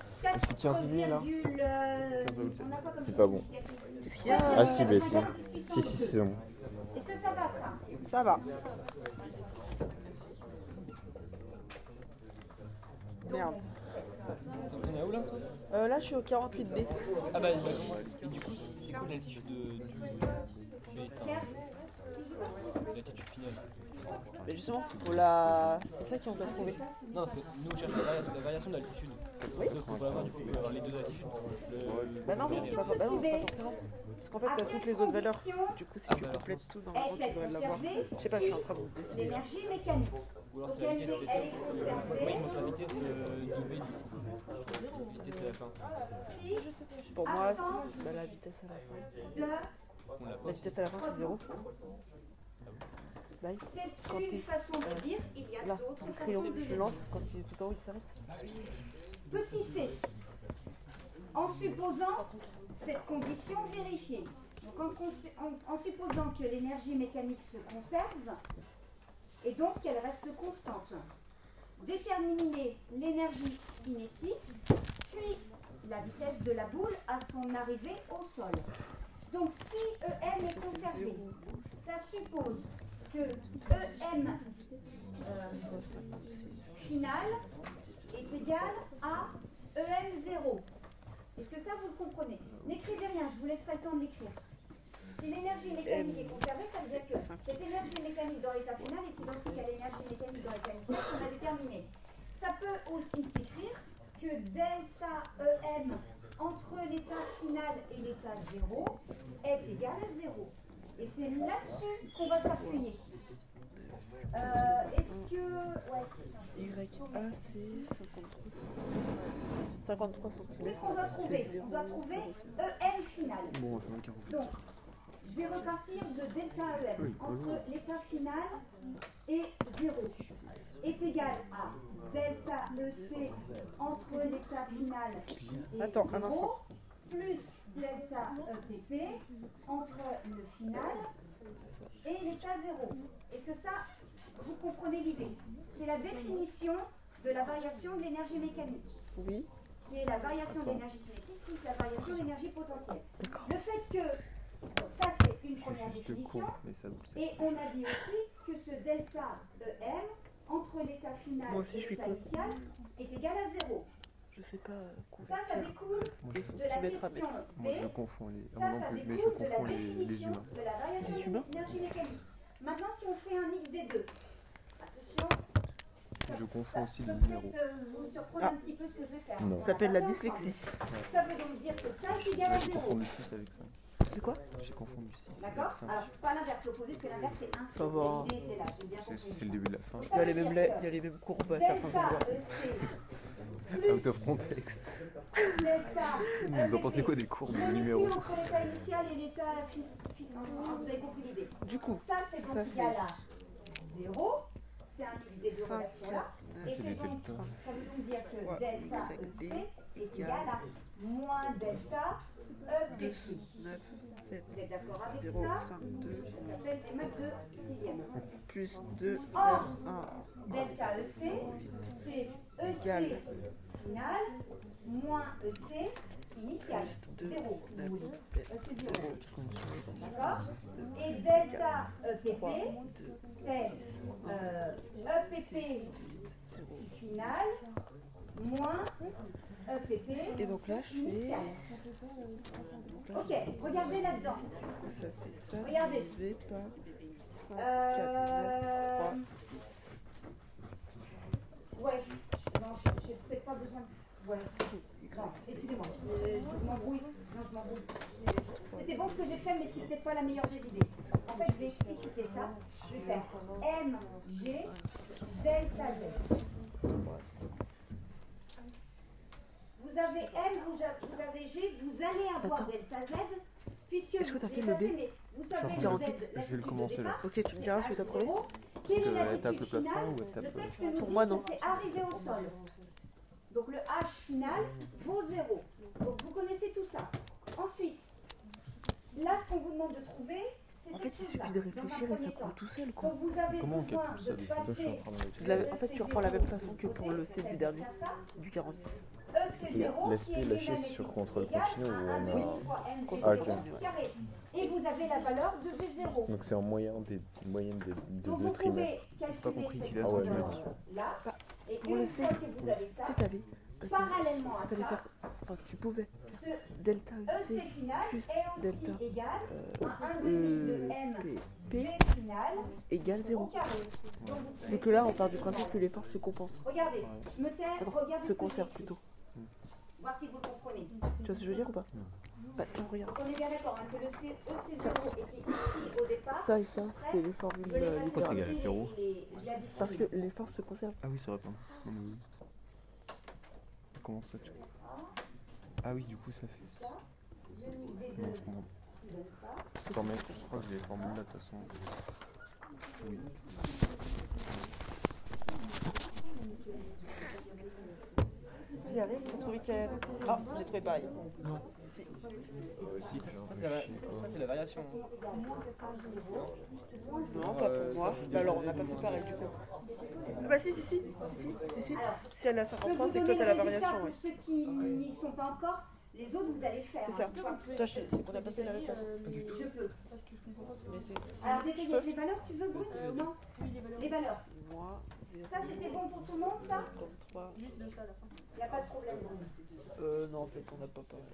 Speaker 4: C'est 15 000, là.
Speaker 3: virgule, euh, on a quoi comme
Speaker 4: C'est pas bon.
Speaker 3: significatif
Speaker 2: Qu'est-ce qu'il y a
Speaker 4: Ah si, bah si. Si, si, c'est bon.
Speaker 3: Est-ce que ça va ça
Speaker 2: Ça va. Merde. Euh, là, je suis au 48B.
Speaker 8: Ah bah, et du coup, c'est c'est quoi l'altitude de- du. c'est- L'altitude finale.
Speaker 2: Mais justement, pour la... c'est ça qu'on doit trouver.
Speaker 8: Non, parce que nous on cherche la variation, la variation de l'altitude. Sauf qu'on peut avoir du coup avoir les deux altitudes. Le-
Speaker 2: Bah non, mais c'est pas, bah non, c'est pas forcément. Parce qu'en fait, t'as toutes les autres valeurs. Du coup, si
Speaker 8: Ah
Speaker 2: tu
Speaker 8: bah
Speaker 2: complètes tout, normalement,
Speaker 3: est
Speaker 2: tu
Speaker 3: est
Speaker 2: devrais l'avoir.
Speaker 3: conservée
Speaker 2: Je sais pas, je suis en train de décider.
Speaker 3: L'énergie mécanique.
Speaker 8: Ou alors
Speaker 3: Donc
Speaker 8: c'est la
Speaker 3: elle,
Speaker 8: vitesse
Speaker 3: est- elle est
Speaker 8: peut-être.
Speaker 3: conservée
Speaker 8: Moyennement sur la vitesse euh, de V du coup. Vitesse de la fin.
Speaker 3: si
Speaker 2: Pour moi, c'est- bah, la vitesse à la fin.
Speaker 3: de
Speaker 8: On l'a pas.
Speaker 2: La vitesse à la fin, c'est zéro. Bah, Quand
Speaker 3: c'est
Speaker 2: t'es-
Speaker 3: une façon de dire, il y a
Speaker 2: là,
Speaker 3: d'autres
Speaker 2: le crayon,
Speaker 3: façons de
Speaker 2: je le
Speaker 3: dire.
Speaker 2: lance quand il est tout en haut, il s'arrête.
Speaker 3: Petit c. En supposant cette condition vérifiée. Donc en, cons- en- en supposant que l'énergie mécanique se conserve et donc qu'elle reste constante. Déterminer l'énergie cinétique, puis la vitesse de la boule à son arrivée au sol. Donc si EM est conservé, ça suppose que E EM euh, finale est égal à EM0. Est-ce que ça, vous le comprenez N'écrivez rien, je vous laisserai le temps de l'écrire. Si l'énergie mécanique est conservée, ça veut dire que cette énergie mécanique dans l'état final est identique à l'énergie mécanique dans l'état initial qu'on a déterminé. Ça peut aussi s'écrire que delta EM entre l'état final et l'état 0 est égal à 0. Et c'est là-dessus qu'on va s'appuyer. Euh, Est-ce que... Ouais,
Speaker 2: Ah, c'est 53. 53 cm.
Speaker 3: Qu'est-ce qu'on doit trouver On doit trouver EM final.
Speaker 10: Bon, on va faire un carreau.
Speaker 3: Donc, je vais repartir de delta EM entre l'état final et 0 est égal à delta EC entre l'état final et
Speaker 2: Attends, un
Speaker 3: 0
Speaker 2: instant.
Speaker 3: plus delta EPP entre le final et l'état 0. Est-ce que ça, vous comprenez l'idée C'est la définition de la variation de l'énergie mécanique
Speaker 2: Oui.
Speaker 3: qui est la variation d'énergie cinétique plus la variation d'énergie potentielle. Le fait que donc ça c'est une première définition
Speaker 5: mais ça vous le savez.
Speaker 3: et on a dit aussi que ce delta EM entre l'état final
Speaker 2: Moi aussi,
Speaker 3: et
Speaker 2: je suis
Speaker 3: l'état
Speaker 2: con.
Speaker 3: initial est égal à 0.
Speaker 2: Je sais pas euh,
Speaker 3: Ça, ça
Speaker 2: convertir
Speaker 3: découle
Speaker 2: les
Speaker 3: de la
Speaker 2: centimètres à
Speaker 3: question
Speaker 2: mètres.
Speaker 3: B.
Speaker 5: Moi je confonds les.
Speaker 3: Ça,
Speaker 5: Moi non
Speaker 3: ça
Speaker 5: plus, mais je
Speaker 3: découle de la
Speaker 5: confonds les, les
Speaker 3: définition
Speaker 5: humains.
Speaker 3: de la variation
Speaker 2: Les humains
Speaker 3: d'énergie mécanique. Maintenant, si on fait un mix des deux, attention,
Speaker 5: Je confonds aussi les numéros.
Speaker 3: peut-être euh, vous surprendre un petit peu ce que je vais faire.
Speaker 4: Non.
Speaker 2: Ah. Ça s'appelle la dyslexie.
Speaker 3: Ça veut donc dire que 5 égale à
Speaker 5: J'ai
Speaker 3: 0.
Speaker 5: confondu 6 avec 5.
Speaker 2: C'est quoi
Speaker 5: J'ai confondu 6
Speaker 3: D'accord Alors, pas l'inverse, l'opposé, parce que l'inverse, c'est 1
Speaker 2: Ça va.
Speaker 3: L'idée était là, j'ai bien
Speaker 5: C'est
Speaker 3: compris.
Speaker 5: c'est le début de la fin.
Speaker 3: Donc,
Speaker 2: Il y
Speaker 3: ça
Speaker 2: a
Speaker 3: veut
Speaker 2: les
Speaker 3: dire
Speaker 2: mêmes, lettres, il y a les mêmes courbes à
Speaker 3: que
Speaker 2: certains
Speaker 3: delta
Speaker 2: endroits.
Speaker 3: EC
Speaker 5: Out of context.
Speaker 3: delta
Speaker 5: Vous en pensez quoi des courbes
Speaker 3: Je
Speaker 5: de
Speaker 3: n'ai
Speaker 5: numéros
Speaker 3: plus entre l'état initial et l'état fi- fi- en- en- Vous avez compris l'idée.
Speaker 2: Du coup,
Speaker 3: Ça, c'est
Speaker 2: Ça
Speaker 3: donc
Speaker 2: fait
Speaker 3: égal à 0. C'est un mix des deux
Speaker 2: Cinq,
Speaker 3: relations-là. Et c'est donc, ça veut donc dire
Speaker 2: fois
Speaker 3: que delta
Speaker 2: Y, D,
Speaker 3: EC est égal à moins delta E de
Speaker 2: 9, 7,
Speaker 3: Vous êtes d'accord avec
Speaker 2: 0,
Speaker 3: ça
Speaker 2: 5, 2,
Speaker 3: Ça s'appelle les maths de 6e.
Speaker 2: plus 2, 9,
Speaker 3: Or,
Speaker 2: 1.
Speaker 3: delta EC, c'est
Speaker 2: Égal.
Speaker 3: EC final moins EC initial. 0. EC 0. E D'accord Et delta EPP, c'est euh, EPP final moins EPP
Speaker 2: Et donc là, je fais. Euh,
Speaker 3: initial. Ok, regardez là-dedans.
Speaker 2: Ça fait ça
Speaker 3: Regardez.
Speaker 2: divisé par 5, 4, 9, 3.
Speaker 3: Euh, Ouais, je- non, je n'ai peut-être pas besoin de. Ouais, non, excusez-moi, je, je m'embrouille. Non, je m'embrouille. Je- je- C'était bon ce que j'ai fait, mais c'était pas la meilleure des idées. En fait, je vais expliciter ça. Je vais faire MG delta Z. Vous avez M, vous, a- vous avez G, vous allez avoir delta Z, puisque
Speaker 2: Est-ce que
Speaker 3: vous
Speaker 2: t'as fait le
Speaker 3: dépassez,
Speaker 2: B
Speaker 3: mais vous
Speaker 5: en
Speaker 3: savez
Speaker 5: train
Speaker 3: que
Speaker 5: de-
Speaker 3: Z,
Speaker 5: en tête, je vais le
Speaker 3: l'attitude de
Speaker 5: commencer, là.
Speaker 3: départ,
Speaker 2: Ok, tu me diras ce que t'as trouvé
Speaker 3: quelle est
Speaker 5: Euh, elle tape
Speaker 3: l'attitude
Speaker 5: le plafond
Speaker 3: finale
Speaker 5: ou elle
Speaker 3: Le
Speaker 5: tape.
Speaker 3: texte nous
Speaker 2: Pour
Speaker 3: dit
Speaker 2: moi,
Speaker 3: que
Speaker 2: non.
Speaker 3: c'est arrivé au sol. Donc le H final vaut 0. Donc vous connaissez tout ça. Ensuite, là, ce qu'on vous demande de trouver, c'est
Speaker 2: En
Speaker 3: cette
Speaker 2: fait, il
Speaker 3: chose-là,
Speaker 2: suffit de
Speaker 3: dans un
Speaker 2: réfléchir et ça
Speaker 3: premier temps.
Speaker 2: coule tout seul, quoi.
Speaker 3: Donc euh, vous avez
Speaker 5: Comment on
Speaker 3: besoin
Speaker 5: calcule ça
Speaker 3: de
Speaker 5: déjà
Speaker 4: Attends, je suis en
Speaker 3: passer
Speaker 4: train de
Speaker 2: De la- En fait, tu reprends la même façon que pour le C
Speaker 3: C
Speaker 2: du dernier, du 46.
Speaker 3: E
Speaker 4: l'aspect lâché sur contrôle continu ou on a- Ah, ok.
Speaker 3: carré. Et vous avez la valeur de V0.
Speaker 4: Donc c'est en moyenne des, moyenne des, de
Speaker 3: Donc
Speaker 4: deux
Speaker 3: vous
Speaker 4: trimestres.
Speaker 3: pouvez calculer
Speaker 5: Pas compris qu'il
Speaker 3: cette
Speaker 5: a
Speaker 4: Ah ouais,
Speaker 3: valeur
Speaker 4: merde.
Speaker 3: là.
Speaker 2: Bah,
Speaker 3: Et
Speaker 2: on le
Speaker 3: une
Speaker 2: sait.
Speaker 3: fois que vous avez ça,
Speaker 2: Tu sais, t'avais.
Speaker 3: Parallèlement à
Speaker 2: tu fallait
Speaker 3: ça, E,
Speaker 2: faire. Enfin, tu pouvais.
Speaker 3: ce
Speaker 2: Delta
Speaker 3: EC
Speaker 2: C
Speaker 3: final
Speaker 2: plus
Speaker 3: est aussi
Speaker 2: delta,
Speaker 3: égal à 1 demi de
Speaker 2: E
Speaker 3: M
Speaker 2: P
Speaker 3: V
Speaker 2: P
Speaker 3: final
Speaker 2: égale
Speaker 3: au
Speaker 2: 0.
Speaker 3: carré. Donc vous pouvez
Speaker 2: Vu que là, on
Speaker 3: trouver
Speaker 2: part du
Speaker 3: facilement.
Speaker 2: principe que l'effort se compense.
Speaker 3: Regardez, je me tais,
Speaker 2: Attends,
Speaker 3: regardez
Speaker 2: se
Speaker 3: ce que je
Speaker 2: conserve
Speaker 3: fais.
Speaker 2: plutôt.
Speaker 3: Voir si vous le comprenez.
Speaker 2: Tu vois ce que je veux dire ou pas Bah, tiens, regarde.
Speaker 3: Donc on est bien d'accord hein, que le C- EC0 était ici au départ.
Speaker 2: Ça et ça, c'est les formules
Speaker 3: Je les
Speaker 2: euh,
Speaker 3: ai
Speaker 2: littérales.
Speaker 5: égal à
Speaker 3: calculées,
Speaker 5: zéro
Speaker 3: les- les additions.
Speaker 2: Parce que l'effort se conserve.
Speaker 5: Ah oui, ça répond. Non, mais oui. Comment ça tu... Ah oui, du coup ça fait. ça.
Speaker 3: Le mix des deux
Speaker 5: Non, je comprends.
Speaker 3: qui donne ça.
Speaker 5: Attends, mais je crois que j'ai les formules là de toute façon. Oui.
Speaker 1: J'y arrive, j'ai trouvé qu'il y a- Ah, j'ai trouvé pareil.
Speaker 8: Ça, c'est la- ça, c'est la variation. hein.
Speaker 1: Non, pas pour moi. Bah alors, on n'a pas fait pareil du coup. Ah bah si, si, si. Si, si, si. Si, si elle a
Speaker 3: Je peux
Speaker 1: 53,
Speaker 3: vous
Speaker 1: c'est que toi t'as
Speaker 3: donner le
Speaker 1: la
Speaker 3: résultat
Speaker 1: variation,
Speaker 3: pour
Speaker 1: ouais.
Speaker 3: ceux qui n'y sont pas encore. Les autres, vous allez le faire.
Speaker 1: C'est
Speaker 3: hein.
Speaker 1: ça.
Speaker 3: Une fois que-
Speaker 1: Toi, je sais qu'on n'a pas fait la réponse.
Speaker 3: Je peux. Alors, détailler les valeurs, tu veux, Bruno Non, Euh, les valeurs.
Speaker 2: Moi,
Speaker 3: Ça, c'était bon pour tout le monde, ça
Speaker 2: 0,3.
Speaker 3: Il n'y a pas de problème. Bruno.
Speaker 2: Euh, non, en fait, on n'a pas pareil.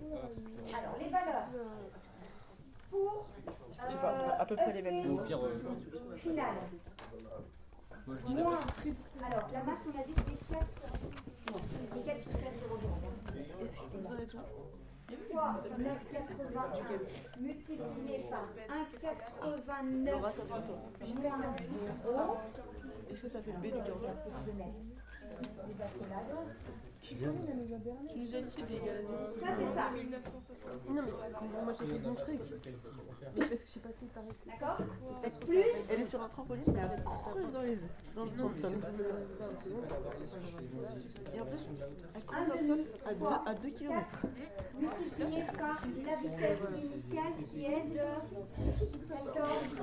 Speaker 3: Alors, les valeurs. Pour. euh, E
Speaker 1: sais pas, on a à peu près les mêmes
Speaker 8: Ou au pire, euh,
Speaker 3: Final.
Speaker 8: moi je dis
Speaker 3: Moins. Alors, la masse, on a dit que c'est 4. Non, c'est 4 plus 4, 0, 0.
Speaker 2: Est-ce que vous en êtes où
Speaker 3: fois 9,81 multiplié par 1,89 moins 0.
Speaker 2: Est-ce que t'as fait le B du 15
Speaker 3: Je vais mettre les accolades.
Speaker 7: Tu nous as dit que c'était égal à zéro.
Speaker 3: Ça, c'est ça.
Speaker 6: Non, mais c'est con, moi j'ai fait mon truc. Mais parce que je sais pas fait pareil.
Speaker 3: D'accord Plus
Speaker 2: Elle est sur un trampoline, mais elle est creuse dans les ailes. Non, non, mais c'est
Speaker 7: Et en plus,
Speaker 3: 1
Speaker 1: Ah,
Speaker 3: demi
Speaker 2: à 2
Speaker 3: fois
Speaker 2: à deux kilomètres.
Speaker 3: multiplié par la vitesse initiale qui est de 14.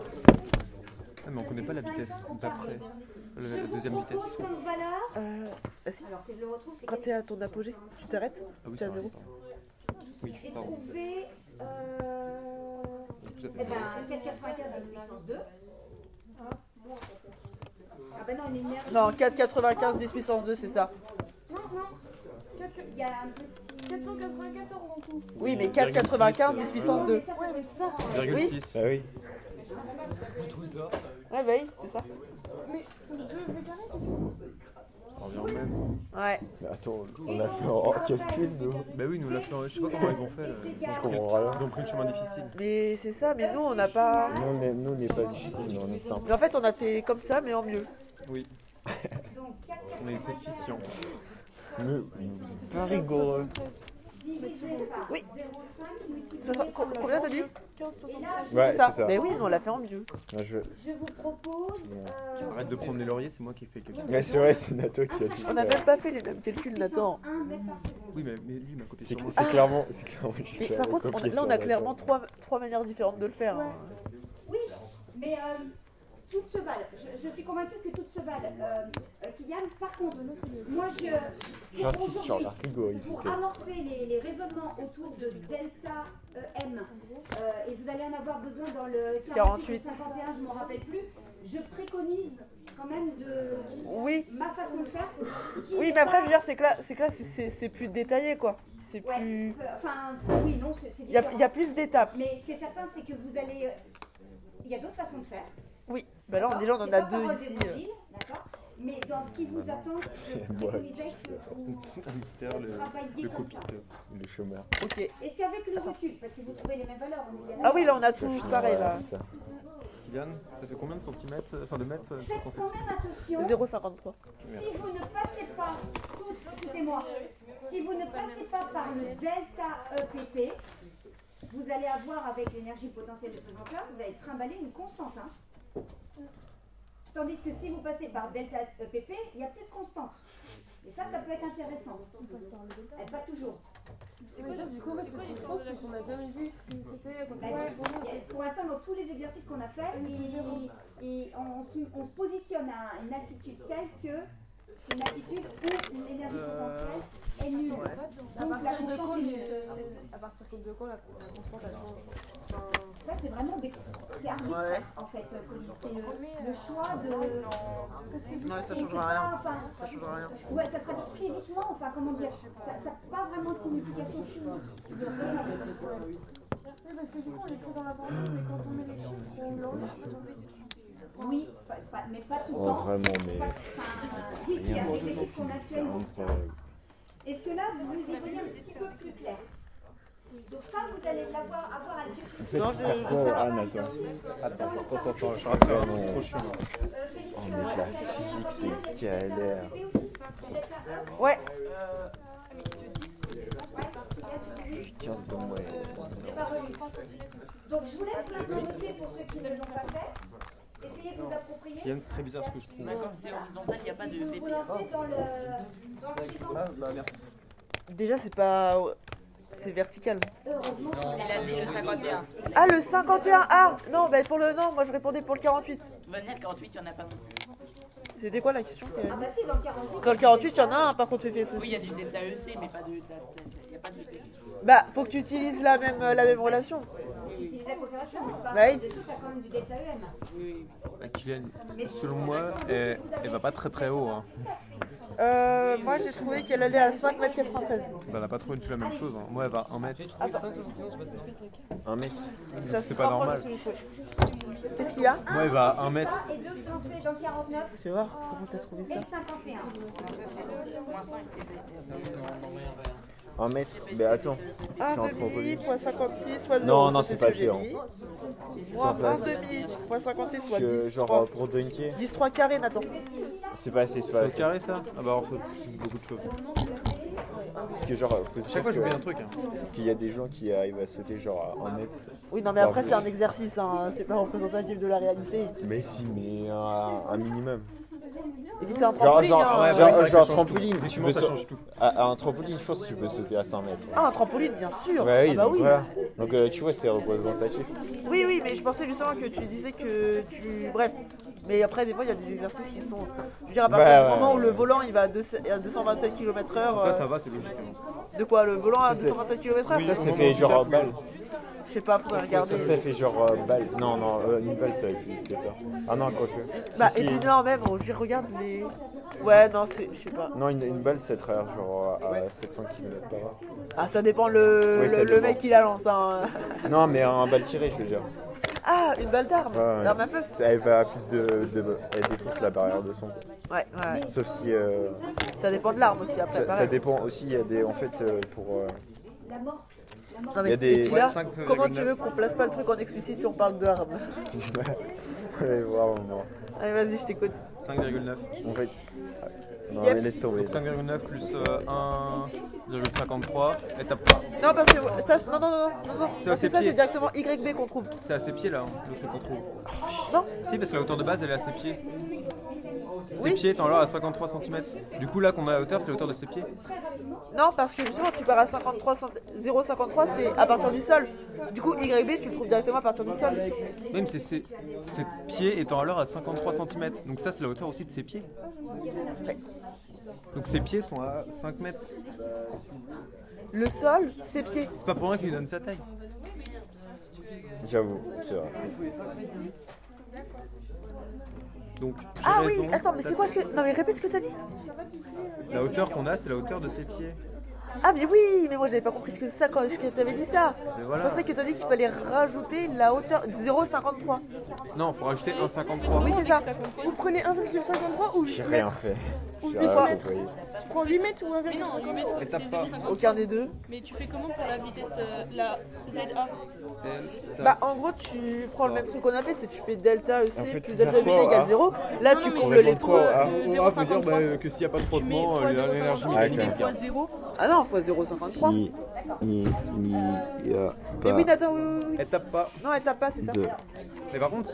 Speaker 5: Ah, mais on connaît pas la vitesse
Speaker 3: Je
Speaker 5: d'après. La, la
Speaker 3: vous
Speaker 5: deuxième vitesse.
Speaker 3: propose comme valeur.
Speaker 2: Euh, ah si,
Speaker 3: Alors que je le retrouve, c'est
Speaker 2: quand
Speaker 3: quelle-
Speaker 2: t'es à ton apogée, tu t'arrêtes
Speaker 5: Ah oui,
Speaker 2: T'es à
Speaker 5: ça va,
Speaker 2: zéro.
Speaker 5: pardon.
Speaker 3: J'ai
Speaker 5: Oui, pardon.
Speaker 3: trouvé. Euh...
Speaker 5: Tout à
Speaker 3: Eh
Speaker 5: fait.
Speaker 3: ben, 4,95 10 puissance 2. Ah ben non, il est énervé.
Speaker 2: Non, 4,95 10 puissance 2, c'est ça.
Speaker 3: Non, non. Il y a un petit.
Speaker 6: 494 en tout.
Speaker 2: Oui, mais 4,95 10 puissance
Speaker 3: Non,
Speaker 2: 2.
Speaker 3: mais
Speaker 9: Bah
Speaker 3: ça, ça doit être ça.
Speaker 5: Virgule
Speaker 2: Oui.
Speaker 5: six.
Speaker 4: Ah oui.
Speaker 8: on trouve ça.
Speaker 1: Ouais, bah oui, c'est ça.
Speaker 7: Mais le 2 V carré, c'est
Speaker 5: On revient au même.
Speaker 1: Ouais.
Speaker 4: Mais attends, on a fait en calcul, nous.
Speaker 5: Bah oui, nous l'a fait. en- Je sais pas comment ils ont fait. là. Ils ont pris le- ils ont pris le chemin difficile.
Speaker 1: Mais c'est ça, mais nous on n'a pas.
Speaker 4: Nous, on est- nous, on n'est pas difficile, mais on est simple.
Speaker 1: Mais en fait, on a fait comme ça, mais en mieux.
Speaker 5: Oui. On est efficient.
Speaker 4: Nous,
Speaker 7: pas rigoureux.
Speaker 1: Oui. Soixante- co- Combien t'as dit
Speaker 7: 15, 73.
Speaker 4: Ouais, c'est ça.
Speaker 1: Mais oui, nous on l'a fait en mieux.
Speaker 4: Non, je...
Speaker 3: Je vous propose.
Speaker 5: Arrête de promener laurier, c'est moi qui ai fait le calcul.
Speaker 4: Mais c'est vrai, c'est Nato qui a dit.
Speaker 1: On n'a même pas fait les mêmes calculs, Nathan.
Speaker 5: Oui, mais, mais lui, il m'a copié
Speaker 4: C'est
Speaker 5: sur moi.
Speaker 4: c'est clairement. C'est clairement.
Speaker 1: Ah. Mais par contre, on a- là on a clairement trois, trois manières différentes de le faire. hein.
Speaker 3: Oui, mais euh, toutes se valent. Je, je suis convaincue que toutes se valent. Euh, euh, Kylian, par contre, moi je. pour
Speaker 4: J'insiste sur
Speaker 3: aujourd'hui,
Speaker 4: la rigorosité.
Speaker 1: Ah,
Speaker 3: Pour amorcer les, les raisonnements autour de delta EM, euh, et vous allez en avoir besoin dans le 48
Speaker 1: 48.
Speaker 3: ou 51, je ne m'en rappelle plus, je préconise quand même de
Speaker 1: Oui.
Speaker 3: ma façon de faire. qui
Speaker 1: Oui,
Speaker 3: n'est
Speaker 1: mais après,
Speaker 3: pas-
Speaker 1: je veux dire, c'est que là, c'est, que là, c'est, c'est- c'est plus détaillé quoi. C'est
Speaker 3: Ouais,
Speaker 1: plus.
Speaker 3: peu- enfin, oui, non, c'est c'est
Speaker 1: Il y a,
Speaker 3: différent.
Speaker 1: il y a plus d'étapes.
Speaker 3: Mais ce qui est certain, c'est que vous allez. euh, Il y a d'autres façons de faire.
Speaker 1: Oui. Bah là, on- déjà on en
Speaker 3: C'est
Speaker 1: a
Speaker 3: pas
Speaker 1: deux
Speaker 3: parole
Speaker 1: ici. euh.
Speaker 3: d'évangile, d'accord Mais dans ce qui vous attend, je préconisais que vous
Speaker 5: Un mystère, le,
Speaker 3: travailliez
Speaker 5: le
Speaker 3: comme ça.
Speaker 5: copiteur.
Speaker 4: Les chômeurs.
Speaker 1: Ok.
Speaker 3: Est-ce qu'avec le recul, parce que vous trouvez les mêmes valeurs, on est bien
Speaker 1: Ah
Speaker 3: d'accord
Speaker 1: oui, là on a tous pareil là.
Speaker 4: Voilà, c'est ça.
Speaker 5: Kylian, ça fait combien de centimètres euh, Enfin, de mètres euh,
Speaker 3: Faites
Speaker 5: ton
Speaker 3: quand même attention,
Speaker 1: 0,53.
Speaker 3: si vous ne passez pas, tous, écoutez-moi, si vous ne passez pas par le delta EPP, vous allez avoir, avec l'énergie potentielle de ce vecteur, vous allez trimballer une constante. hein. Tandis que si vous passez par delta EPP, il n'y a plus de constante. Et ça, ça peut être intéressant. Eh, pas toujours.
Speaker 7: C'est quoi, du coup, en fait, c'est une constante, parce qu'on a jamais vu ce que c'était. qu'on
Speaker 3: Bah,
Speaker 7: savait pas
Speaker 3: il y a- Pour l'instant, dans tous les exercices qu'on a fait, il- il- on, se- on se positionne à une altitude telle que c'est une altitude où l'énergie potentielle est nulle.
Speaker 7: À
Speaker 3: Donc la
Speaker 7: partir de quand,
Speaker 3: constante est nulle.
Speaker 7: le- euh, à partir de quand la la constante elle change Enfin,
Speaker 3: Ça, c'est vraiment des... c'est arbitraire en fait, euh, Colin. C'est le, le choix de.
Speaker 7: parce que
Speaker 2: Non, mais ça
Speaker 3: c'est- c'est
Speaker 2: changera
Speaker 3: pas-
Speaker 2: rien.
Speaker 3: enfin,
Speaker 2: Ça changera rien.
Speaker 3: ouais, ça sera physiquement, enfin comment dire, ça n'a pas vraiment de signification physique de rien.
Speaker 7: Oui, parce que du coup, on est trop dans la formule, mais quand on met les chiffres, on l'enlève, on peut tomber dessus.
Speaker 3: Oui, pas- pas- mais pas tout le
Speaker 4: Oh,
Speaker 3: temps.
Speaker 4: vraiment, mais.
Speaker 3: Pas- enfin, oui, si, avec les chiffres qu'on a actuellement.
Speaker 9: euh,
Speaker 3: Est-ce que là, vous y voyez un petit peu plus clair Donc ça, vous allez l'avoir avoir à dire.
Speaker 4: En fait, pourquoi Anne
Speaker 3: Euh,
Speaker 4: attends
Speaker 3: Attends, attends, attends, je euh,
Speaker 4: Ah non, mais la
Speaker 3: physique,
Speaker 4: c'est galère.
Speaker 3: hein
Speaker 1: Ouais.
Speaker 4: regarde dans moi.
Speaker 3: Donc je vous laisse maintenant noter pour ceux qui ne l'ont pas fait. Essayez de vous approprier.
Speaker 5: Kylian, c'est très bizarre ce que je trouve.
Speaker 2: Bah, comme c'est horizontal, il n'y a pas de
Speaker 3: Vous vous
Speaker 2: VP.
Speaker 3: lancez dans le, dans le suivant.
Speaker 1: Déjà, c'est pas. euh, C'est vertical.
Speaker 3: Heureusement,
Speaker 2: Il a dit le 51.
Speaker 1: Ah, le 51 Ah Non, bah pour le. Non, moi je répondais pour le 48.
Speaker 2: Venir 48, il n'y en a pas non plus.
Speaker 1: C'était quoi la question qu'elle a
Speaker 3: ah
Speaker 1: dit
Speaker 3: bah si, dans le 48.
Speaker 1: Dans le 48, il y en a un, par contre, tu fais
Speaker 2: Oui, il
Speaker 1: ceci.
Speaker 2: y a du delta EC, mais pas de. Il n'y a pas de VP.
Speaker 1: Bah, faut que tu utilises la même, euh, la même relation.
Speaker 3: Utilisez la conservation, mais pas
Speaker 1: Bah oui.
Speaker 3: des choses, ça a quand même du delta E EM.
Speaker 2: Oui,
Speaker 5: Ah, Kylian, selon moi, elle, elle va pas très très haut. Hein.
Speaker 1: Euh, moi j'ai trouvé qu'elle allait à 5m93.
Speaker 5: Bah, elle a pas trouvé du tout la même chose. hein. Moi, elle va 1 mètre.
Speaker 4: Un mec.
Speaker 1: Ah, Ça
Speaker 5: C'est
Speaker 1: se
Speaker 5: pas
Speaker 1: rapproche
Speaker 5: normal.
Speaker 1: de celui que je- Qu'est-ce qu'il y a
Speaker 5: Moi, elle va à 1 mètre.
Speaker 3: Ça, et deux se lancer dans le 49
Speaker 1: Je vais voir comment t'as trouvé
Speaker 3: et
Speaker 1: ça.
Speaker 3: le 51.
Speaker 2: ça c'est le moins 5, c'est
Speaker 9: Un mètre Mais attends.
Speaker 1: 1,5 x 56 x 0.
Speaker 9: Non, non, c'est pas
Speaker 1: sûr.
Speaker 9: sûr.
Speaker 1: Moins 1,5 x 56 x
Speaker 9: Que,
Speaker 1: 10.
Speaker 9: genre
Speaker 1: trois.
Speaker 9: euh, pour dunker
Speaker 1: 10 3 carrés, Nathan.
Speaker 9: C'est pas assez
Speaker 5: C'est au
Speaker 9: espace.
Speaker 5: carré ça Ah bah alors, ça, c'est beaucoup de choses.
Speaker 9: Parce que genre, faut se dire
Speaker 5: Chaque fois,
Speaker 9: que-
Speaker 5: j'oublie un truc. Hein.
Speaker 9: qu'il y a des gens qui arrivent à sauter genre à un mètre.
Speaker 1: Oui, non, mais après, c'est un exercice, hein. c'est pas représentatif de la réalité.
Speaker 9: Mais si, mais un, un minimum.
Speaker 1: Et puis, c'est un
Speaker 9: Genre,
Speaker 1: trampoline.
Speaker 9: genre,
Speaker 1: hein.
Speaker 5: ouais,
Speaker 9: genre,
Speaker 5: ouais, ça
Speaker 9: genre
Speaker 5: change tout.
Speaker 9: trampoline,
Speaker 5: Les
Speaker 9: tu
Speaker 5: chemins,
Speaker 9: peux
Speaker 5: ça
Speaker 9: sa-
Speaker 5: change tout.
Speaker 9: À, à un trampoline, je pense que tu peux sauter à 5 mètres.
Speaker 1: Ah, un trampoline, bien sûr.
Speaker 9: Ouais, oui,
Speaker 1: ah, bah
Speaker 9: donc
Speaker 1: oui.
Speaker 9: voilà. Donc euh, tu vois, c'est représentatif.
Speaker 1: Oui, oui, mais je pensais justement que tu disais que tu. Bref. Mais après, des fois, il y a des exercices qui sont. Je veux dire, à partir
Speaker 9: Bah,
Speaker 1: du
Speaker 9: ouais.
Speaker 1: moment où le volant il va à, 200 à 227 km/h.
Speaker 5: Ça, ça
Speaker 1: euh,
Speaker 5: va, c'est logique. hein.
Speaker 1: De quoi Le volant à
Speaker 9: c'est-
Speaker 1: 227 km/h
Speaker 9: Ça, ça fait genre euh, balle.
Speaker 1: Je sais pas, faudrait regarder.
Speaker 9: Ça, ça fait genre euh, balle. Non, non, euh, une balle, ça va plus vite que ça. Ah non, quoi que.
Speaker 1: Bah,
Speaker 9: Si,
Speaker 1: et
Speaker 9: si.
Speaker 1: puis non, même, je regarde les. Ouais, non, c'est. Je sais pas.
Speaker 9: Non, une, une balle, ça traverse genre à 700 km par heure.
Speaker 1: Ah, ça dépend le,
Speaker 9: Oui,
Speaker 1: le,
Speaker 9: ça
Speaker 1: le
Speaker 9: dépend.
Speaker 1: mec qui la lance. Hein.
Speaker 9: Non, mais un balle tiré, je veux dire.
Speaker 1: Ah, une balle d'arme
Speaker 4: Ouais, ouais.
Speaker 1: D'arme à feu
Speaker 4: Elle va à plus de, de- Elle défonce la barrière de son.
Speaker 1: Ouais, ouais.
Speaker 4: Sauf si. euh,
Speaker 1: Ça dépend de l'arme aussi après.
Speaker 4: ça, ça
Speaker 1: pareil.
Speaker 4: dépend aussi, il y a des. En fait, euh, pour. euh,
Speaker 1: Non, mais
Speaker 4: il y a des-
Speaker 1: t'es killer,
Speaker 4: Ouais,
Speaker 1: comment tu veux qu'on place pas le truc en explicite si on parle d'armes
Speaker 4: Ouais, vraiment, non.
Speaker 1: Allez, vas-y, je t'écoute.
Speaker 5: 5,9.
Speaker 4: En fait. ah, Non,
Speaker 1: Yep.
Speaker 4: mais laisse tomber.
Speaker 5: Donc 5,9 plus euh, 1,53. Et t'as pas.
Speaker 1: Non, parce que ça, c'est- non, non, non, non, non, parce
Speaker 5: C'est
Speaker 1: que
Speaker 5: assez
Speaker 1: ça,
Speaker 5: pied.
Speaker 1: c'est directement YB qu'on trouve.
Speaker 5: C'est à ses pieds là, hein, le truc qu'on trouve.
Speaker 1: Non
Speaker 5: Si, parce que la hauteur de base elle est à ses pieds.
Speaker 1: Oui.
Speaker 5: Ses pieds étant alors à 53 cm. Du coup, là qu'on a la hauteur, c'est la hauteur de ses pieds.
Speaker 1: Non, parce que justement, tu pars à 53 cent- 0,53, c'est à partir du sol. Du coup, YB, tu le trouves directement à partir du sol.
Speaker 5: Même c'est ses, ses pieds étant alors à 53 cm. Donc ça, c'est la hauteur aussi de ses pieds. Donc ses pieds sont à 5 mètres.
Speaker 1: Le sol, ses pieds.
Speaker 5: C'est pas pour rien qu'il lui donne sa taille.
Speaker 4: J'avoue, c'est vrai.
Speaker 5: Donc, j'ai
Speaker 1: Ah oui,
Speaker 5: raison.
Speaker 1: attends, mais c'est quoi ce que. Non, mais répète ce que t'as dit.
Speaker 5: La hauteur qu'on a, c'est la hauteur de ses pieds.
Speaker 1: Ah, mais oui, mais moi, j'avais pas compris ce que c'est ça quand je- que t'avais dit ça.
Speaker 5: Mais voilà.
Speaker 1: Je pensais que t'as dit qu'il fallait rajouter la hauteur 0,53.
Speaker 5: Non, faut rajouter 1,53.
Speaker 1: Oui, c'est ça.
Speaker 7: Vous prenez 1,53 ou 8
Speaker 4: J'ai
Speaker 7: mètres
Speaker 4: rien fait.
Speaker 7: Ou
Speaker 4: J'ai
Speaker 7: 8
Speaker 4: rien
Speaker 7: mètres
Speaker 4: compris.
Speaker 7: Je prends 8 mètres ou 1,53
Speaker 5: Et t'as pas.
Speaker 1: Aucun des deux.
Speaker 11: Mais tu fais comment pour la vitesse euh, la ZA
Speaker 5: Delta.
Speaker 1: Bah, en gros, tu prends le même truc qu'on a fait, c'est tu fais delta EC
Speaker 4: En
Speaker 1: plus
Speaker 4: fait, tu
Speaker 1: delta
Speaker 4: fais
Speaker 1: B
Speaker 4: quoi,
Speaker 1: égale
Speaker 4: hein
Speaker 1: 0. Là,
Speaker 11: Non,
Speaker 1: tu
Speaker 11: non, mais
Speaker 1: combles
Speaker 11: on
Speaker 1: les
Speaker 11: prend
Speaker 1: trous.
Speaker 11: Ah,
Speaker 1: euh,
Speaker 11: on
Speaker 5: on peut dire bah,
Speaker 11: 0,53.
Speaker 5: que s'il n'y a pas de
Speaker 11: Tu mets
Speaker 5: frottement,
Speaker 11: fois
Speaker 5: l'énergie
Speaker 11: 0,53, tu
Speaker 4: minimum.
Speaker 11: mets fois 0.
Speaker 1: Ah non, fois 0,53.
Speaker 4: Il n'y a
Speaker 1: Mais oui, Nathan, oui, oui, oui.
Speaker 5: Elle tape pas.
Speaker 1: Non, elle tape pas, c'est ça.
Speaker 4: de.
Speaker 5: Mais par contre,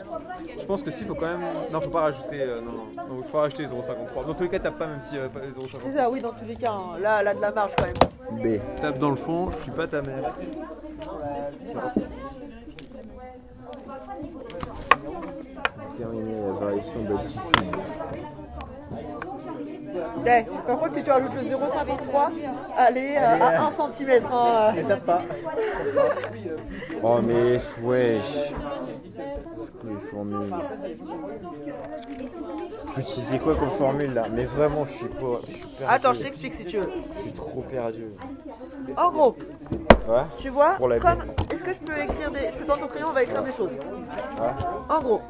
Speaker 5: je pense que si, faut quand même. Non, faut pas rajouter. euh, non, non, non, faut pas rajouter 0,53. Dans tous les cas, tape pas même si euh, pas les
Speaker 1: C'est
Speaker 5: 0,53.
Speaker 1: ça, oui, dans tous les cas. hein. Là, elle a de la marge quand même.
Speaker 4: B.
Speaker 5: Tape dans le fond, je suis pas ta mère.
Speaker 4: Terminer la variation d'altitude.
Speaker 1: Ouais. Eh, Par contre, si tu rajoutes le 0,53, allez euh, à 1 cm. Hein, euh.
Speaker 4: Oh, mais wesh. Les formules. Faut utiliser quoi comme formule là Mais vraiment, je suis pas. Je suis perdu.
Speaker 1: Attends, je t'explique si tu veux.
Speaker 4: Je suis trop perdu.
Speaker 1: En gros,
Speaker 4: Ouais
Speaker 1: tu vois,
Speaker 4: Pour la
Speaker 1: comme. Est-ce que je peux écrire des. Je peux prendre ton crayon, on va écrire des choses.
Speaker 4: Ouais.
Speaker 1: En gros,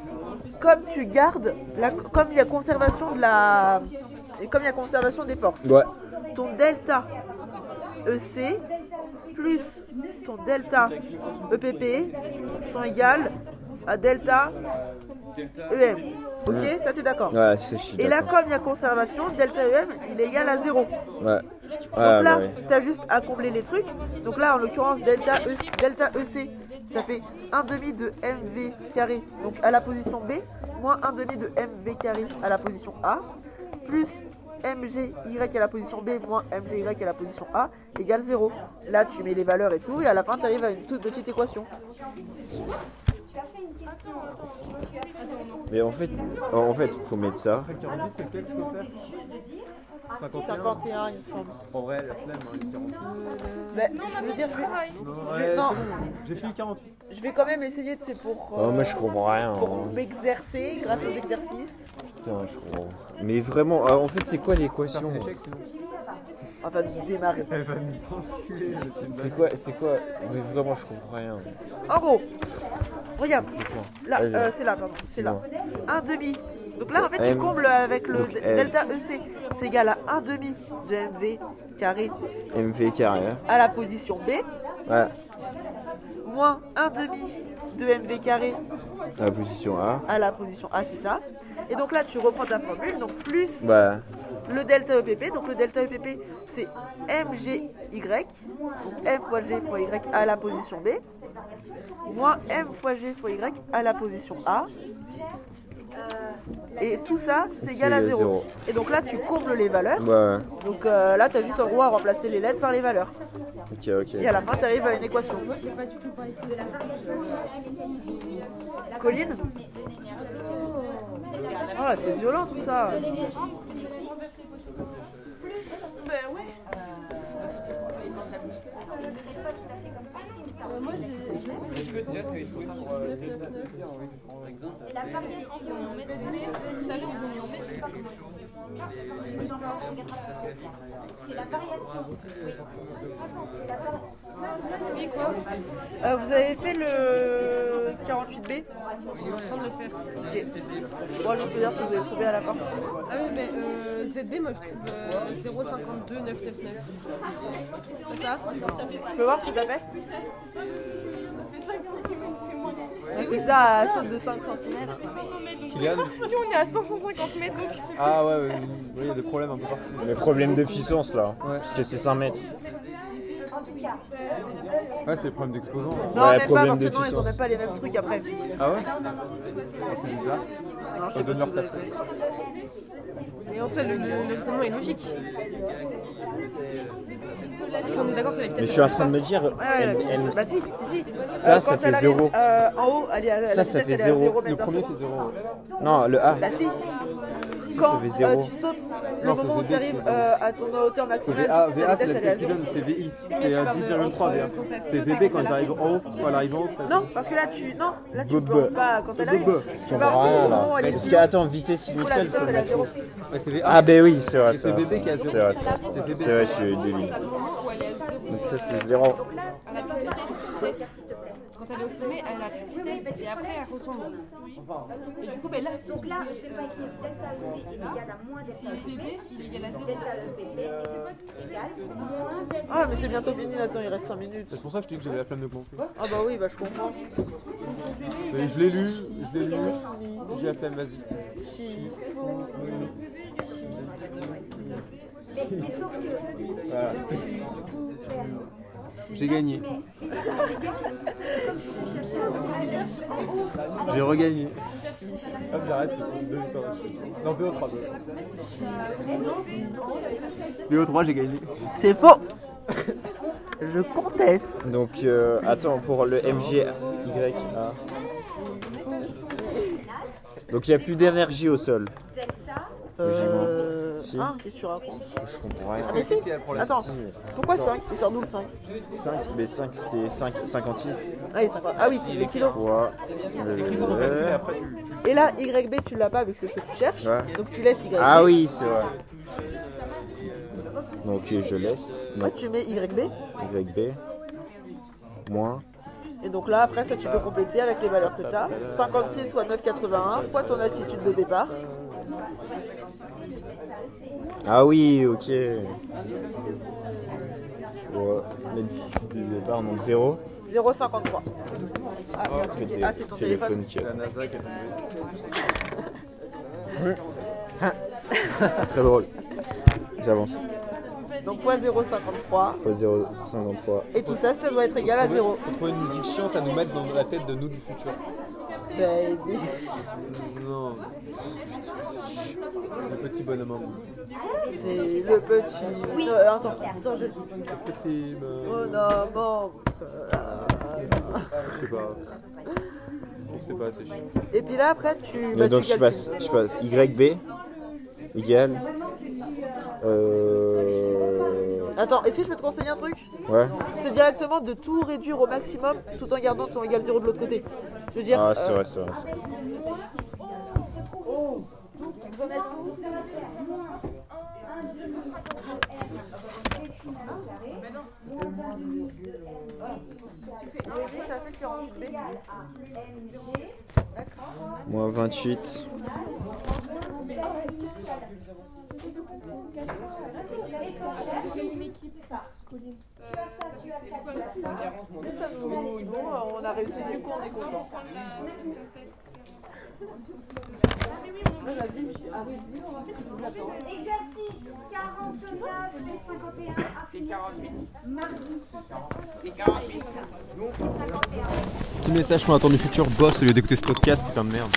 Speaker 1: comme tu gardes, la- comme il y a conservation de la. et Comme il y a conservation des forces.
Speaker 4: Ouais.
Speaker 1: ton delta EC plus ton delta EPP sont égales à delta EM. Ok, ça t'es d'accord
Speaker 4: Ouais, je suis
Speaker 1: Et là,
Speaker 4: d'accord.
Speaker 1: comme il y a conservation, delta EM, il est égal à 0.
Speaker 4: Ouais.
Speaker 1: Donc
Speaker 4: Ouais,
Speaker 1: là,
Speaker 4: bah oui.
Speaker 1: t'as juste à combler les trucs. Donc là, en l'occurrence, delta, E- delta EC, ça fait 1 demi de MV carré, donc à la position B, moins 1 demi de MV carré à la position A, plus MGY à la position B, moins MGY à la position A, égale 0. Là, tu mets les valeurs et tout, et à la fin, t'arrives à une toute petite équation.
Speaker 4: Mais en fait, en fait, faut mettre ça.
Speaker 5: 48, c'est lequel qu'il faut faire 51.
Speaker 1: 51, il me semble.
Speaker 5: En vrai, la flemme, hein, les 48.
Speaker 1: Mais je veux dire, je vais-
Speaker 5: Ouais,
Speaker 1: Je- non.
Speaker 5: c'est bon, J'ai fini 48.
Speaker 1: je vais quand même essayer, de c'est pour, euh,
Speaker 4: Oh, moi je comprends rien.
Speaker 1: pour
Speaker 4: hein.
Speaker 1: m'exercer grâce aux exercices.
Speaker 4: Putain, je comprends. Mais vraiment, ah, en fait, c'est quoi l'équation
Speaker 5: Échec, sinon.
Speaker 1: Enfin, démarrer.
Speaker 5: Elle va nous enculer. c'est une
Speaker 4: C'est
Speaker 5: blague.
Speaker 4: quoi, c'est quoi Mais vraiment, je comprends rien.
Speaker 1: En gros, regarde, là,
Speaker 4: Vas-y.
Speaker 1: euh, c'est là, pardon, c'est là. Un demi. Donc là, en fait, tu
Speaker 4: M.
Speaker 1: combles avec le
Speaker 4: Donc,
Speaker 1: d-
Speaker 4: euh, L.
Speaker 1: delta EC. C'est égal à un demi de MV carré
Speaker 4: MV carré. hein.
Speaker 1: à la position B,
Speaker 4: Ouais.
Speaker 1: moins un demi de MV carré
Speaker 4: À la position A.
Speaker 1: à la position A, c'est ça. Et donc là, tu reprends ta formule, donc plus
Speaker 4: Bah,
Speaker 1: le delta EPP. Donc le delta EPP, c'est MGY, donc M fois G fois Y à la position B, moins M fois G fois Y à la position A. Et tout ça, c'est égal à
Speaker 4: C'est
Speaker 1: 0.
Speaker 4: zéro.
Speaker 1: Et donc là, tu combles les valeurs.
Speaker 4: bah,
Speaker 1: Donc euh, là, tu as juste en gros à remplacer les lettres par les valeurs.
Speaker 4: ok, ok.
Speaker 1: Et à la fin, tu arrives à une équation. Colline Ah, c'est violent tout ça.
Speaker 3: Est-ce que déjà tu as trouvé pour euh, deux en exemple
Speaker 1: Euh, vous avez fait le 48B On est en train de le faire. Bon, je peux dire si vous avez trouvé à la fin.
Speaker 12: Ah oui, mais euh, ZB, moi je trouve euh, 052 999. C'est ça
Speaker 1: Tu peux voir si t'as fait
Speaker 12: Mais
Speaker 1: C'est ça à saute de 5 cm.
Speaker 5: Kylian
Speaker 11: Nous, on est à 550 mètres. donc c'est-
Speaker 5: Ah ouais, ouais, ouais, il y a des problèmes un peu partout.
Speaker 4: Les problèmes de puissance là, parce que c'est 5 mètres.
Speaker 5: Ouais, c'est le problème d'exposant.
Speaker 1: Non, même pas, parce que non, ils ont même pas les mêmes trucs après.
Speaker 5: Ah ouais Ah, C'est bizarre. Ça donne leur taf.
Speaker 12: Et en fait, le, le- le raisonnement est logique. On est d'accord que la vitesse.
Speaker 4: Mais je suis en train de me dire,
Speaker 1: Ouais, ouais,
Speaker 4: elle-
Speaker 1: la-
Speaker 4: elle-
Speaker 1: Bah si, si, si.
Speaker 4: Ça,
Speaker 1: Euh,
Speaker 4: ça
Speaker 1: quand
Speaker 4: fait
Speaker 1: elle arrive,
Speaker 4: zéro.
Speaker 1: euh, en haut, elle est à, la
Speaker 4: Ça, ça
Speaker 1: vitesse,
Speaker 4: fait
Speaker 1: elle est à
Speaker 4: zéro.
Speaker 1: zéro mètre
Speaker 4: Le
Speaker 1: par
Speaker 4: premier
Speaker 1: seconde.
Speaker 5: fait 0.
Speaker 4: Non, le A.
Speaker 1: Bah si.
Speaker 4: Ça,
Speaker 1: Quand
Speaker 4: ça fait
Speaker 1: euh,
Speaker 4: zéro.
Speaker 1: tu sautes, le
Speaker 5: Non, ça
Speaker 1: moment où
Speaker 5: fait
Speaker 1: tu
Speaker 5: deux,
Speaker 1: arrives
Speaker 5: ça fait
Speaker 1: euh, à ton hauteur maximale,
Speaker 5: VA,
Speaker 1: ta
Speaker 5: VA Ah, c'est la
Speaker 1: elle est à
Speaker 5: vitesse qu'ils
Speaker 1: zéro.
Speaker 5: donnent, c'est VI. C'est à 10,3 VA. C'est VB quand ils arrivent en haut, quand elle arrive en haut. ça-
Speaker 1: Non, parce que là tu. Non, là tu
Speaker 5: Bebe.
Speaker 1: peux pas. Quand elle arrive,
Speaker 5: Bebe.
Speaker 1: tu
Speaker 4: Je
Speaker 1: vas
Speaker 4: comprends rien
Speaker 1: au moment où
Speaker 4: là.
Speaker 1: elle est
Speaker 4: Parce
Speaker 1: si
Speaker 4: que
Speaker 1: haute.
Speaker 4: attends, vitesse
Speaker 1: Du coup, la
Speaker 4: initiale,
Speaker 1: vitesse,
Speaker 4: faut le
Speaker 1: elle est à
Speaker 4: mettre.
Speaker 1: zéro.
Speaker 5: Mais c'est VA.
Speaker 4: Ah ben oui, c'est vrai,
Speaker 5: Et
Speaker 4: c'est
Speaker 5: c'est
Speaker 4: vrai.
Speaker 5: VB qui a
Speaker 4: C'est vrai, c'est vrai.
Speaker 5: C'est VB.
Speaker 4: C'est vrai, je suis débile. Donc ça c'est zéro.
Speaker 12: Quand elle est au sommet, elle a plus de vitesse et après elle retombe. Et du coup, ben là,
Speaker 3: Donc là, je vais pas écrire delta EC est égal à moins delta E EPP. Il est égal à 0. Delta EPP est égal moins delta E
Speaker 1: Ah, mais c'est bientôt fini, Nathan, il reste 5 minutes.
Speaker 5: C'est pour ça que je dis que j'avais la flemme de penser.
Speaker 1: Ah bah oui, bah je comprends.
Speaker 5: Mais je l'ai lu, je l'ai lu, j'ai la flemme, vas-y.
Speaker 3: Mais, E mais sauf que.
Speaker 5: Voilà. J'ai gagné. J'ai regagné. Hop, j'arrête, c'est pour deux victoires. Non, BO3. BO3, j'ai gagné.
Speaker 1: C'est faux Je conteste.
Speaker 9: Donc, euh, attends, pour le MGA. Donc, il n'y a plus d'énergie au sol.
Speaker 1: Euh.
Speaker 9: Si.
Speaker 1: 1, qu'est-ce que tu racontes
Speaker 9: Je comprends rien.
Speaker 1: Ah, mais si Attends, pourquoi 5 Il sort d'où le 5
Speaker 9: 5, mais 5 c'était 5, 56.
Speaker 1: Ah, il sort pas- ah oui, le kilo.
Speaker 9: Fois le-
Speaker 1: Écris ton calcul et après Et là, YB, tu l'as pas vu que c'est ce que tu cherches.
Speaker 9: Ouais.
Speaker 1: Donc tu laisses YB.
Speaker 9: Ah oui, c'est vrai. Donc je laisse.
Speaker 1: Ouais,
Speaker 9: Donc
Speaker 1: tu mets YB.
Speaker 9: YB. Moins.
Speaker 1: Et donc là, après ça, tu peux compléter avec les valeurs que tu as. 56 soit 9,81 fois ton altitude de départ.
Speaker 9: Ah oui, ok. Fois l'altitude de départ, donc 0.
Speaker 1: 0,53. Ah, merde, ok. Ah, c'est ton téléphone.
Speaker 9: qui
Speaker 5: La NASA qui a tombé.
Speaker 9: C'est Ah, très drôle. J'avance.
Speaker 1: Donc fois
Speaker 9: Fois
Speaker 1: 0,53.
Speaker 9: 0,53.
Speaker 1: Et tout ça, ça doit être égal à 0.
Speaker 5: Faut trouver une musique chiante à nous mettre dans la tête de nous du futur.
Speaker 1: Baby.
Speaker 5: Non. Le petit bonhomme en mousse.
Speaker 1: C'est le petit. Oui. attends, attends, je.
Speaker 5: Petit bonhomme.
Speaker 1: Mon amour.
Speaker 5: Je sais pas. C'était pas assez chiant.
Speaker 1: Et puis là, après, tu. bah,
Speaker 9: Mais donc
Speaker 1: tu
Speaker 9: je passe,
Speaker 1: calcules.
Speaker 9: je passe YB égale. Euh.
Speaker 1: Attends, est-ce que je peux te conseiller un truc
Speaker 9: Ouais.
Speaker 1: C'est directement de tout réduire au maximum tout en gardant ton égal 0 de l'autre côté. Je veux dire.
Speaker 9: Ah, c'est
Speaker 1: euh,
Speaker 9: vrai, c'est vrai. c'est vrai.
Speaker 3: E
Speaker 9: Moins 28.
Speaker 1: Bon, on a réussi, du coup, on est content.
Speaker 3: Exercice 49 et 51 à finir. Mardi. Et 48.
Speaker 5: Petit message pour l'attente du futur, boss au lieu d'écouter ce podcast, putain de merde.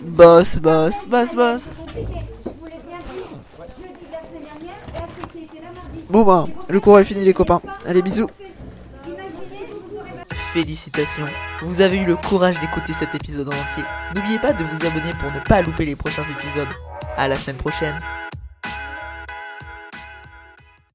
Speaker 1: Boss, boss, boss, boss.
Speaker 3: Je vous l'ai bien dit jeudi de la semaine dernière et à ceux qui étaient là mardi.
Speaker 1: Bon bah, le cours est fini les copains. Allez, bisous.
Speaker 2: Félicitations, vous avez eu le courage d'écouter cet épisode en entier. N'oubliez pas de vous abonner pour ne pas louper les prochains épisodes. À la semaine prochaine.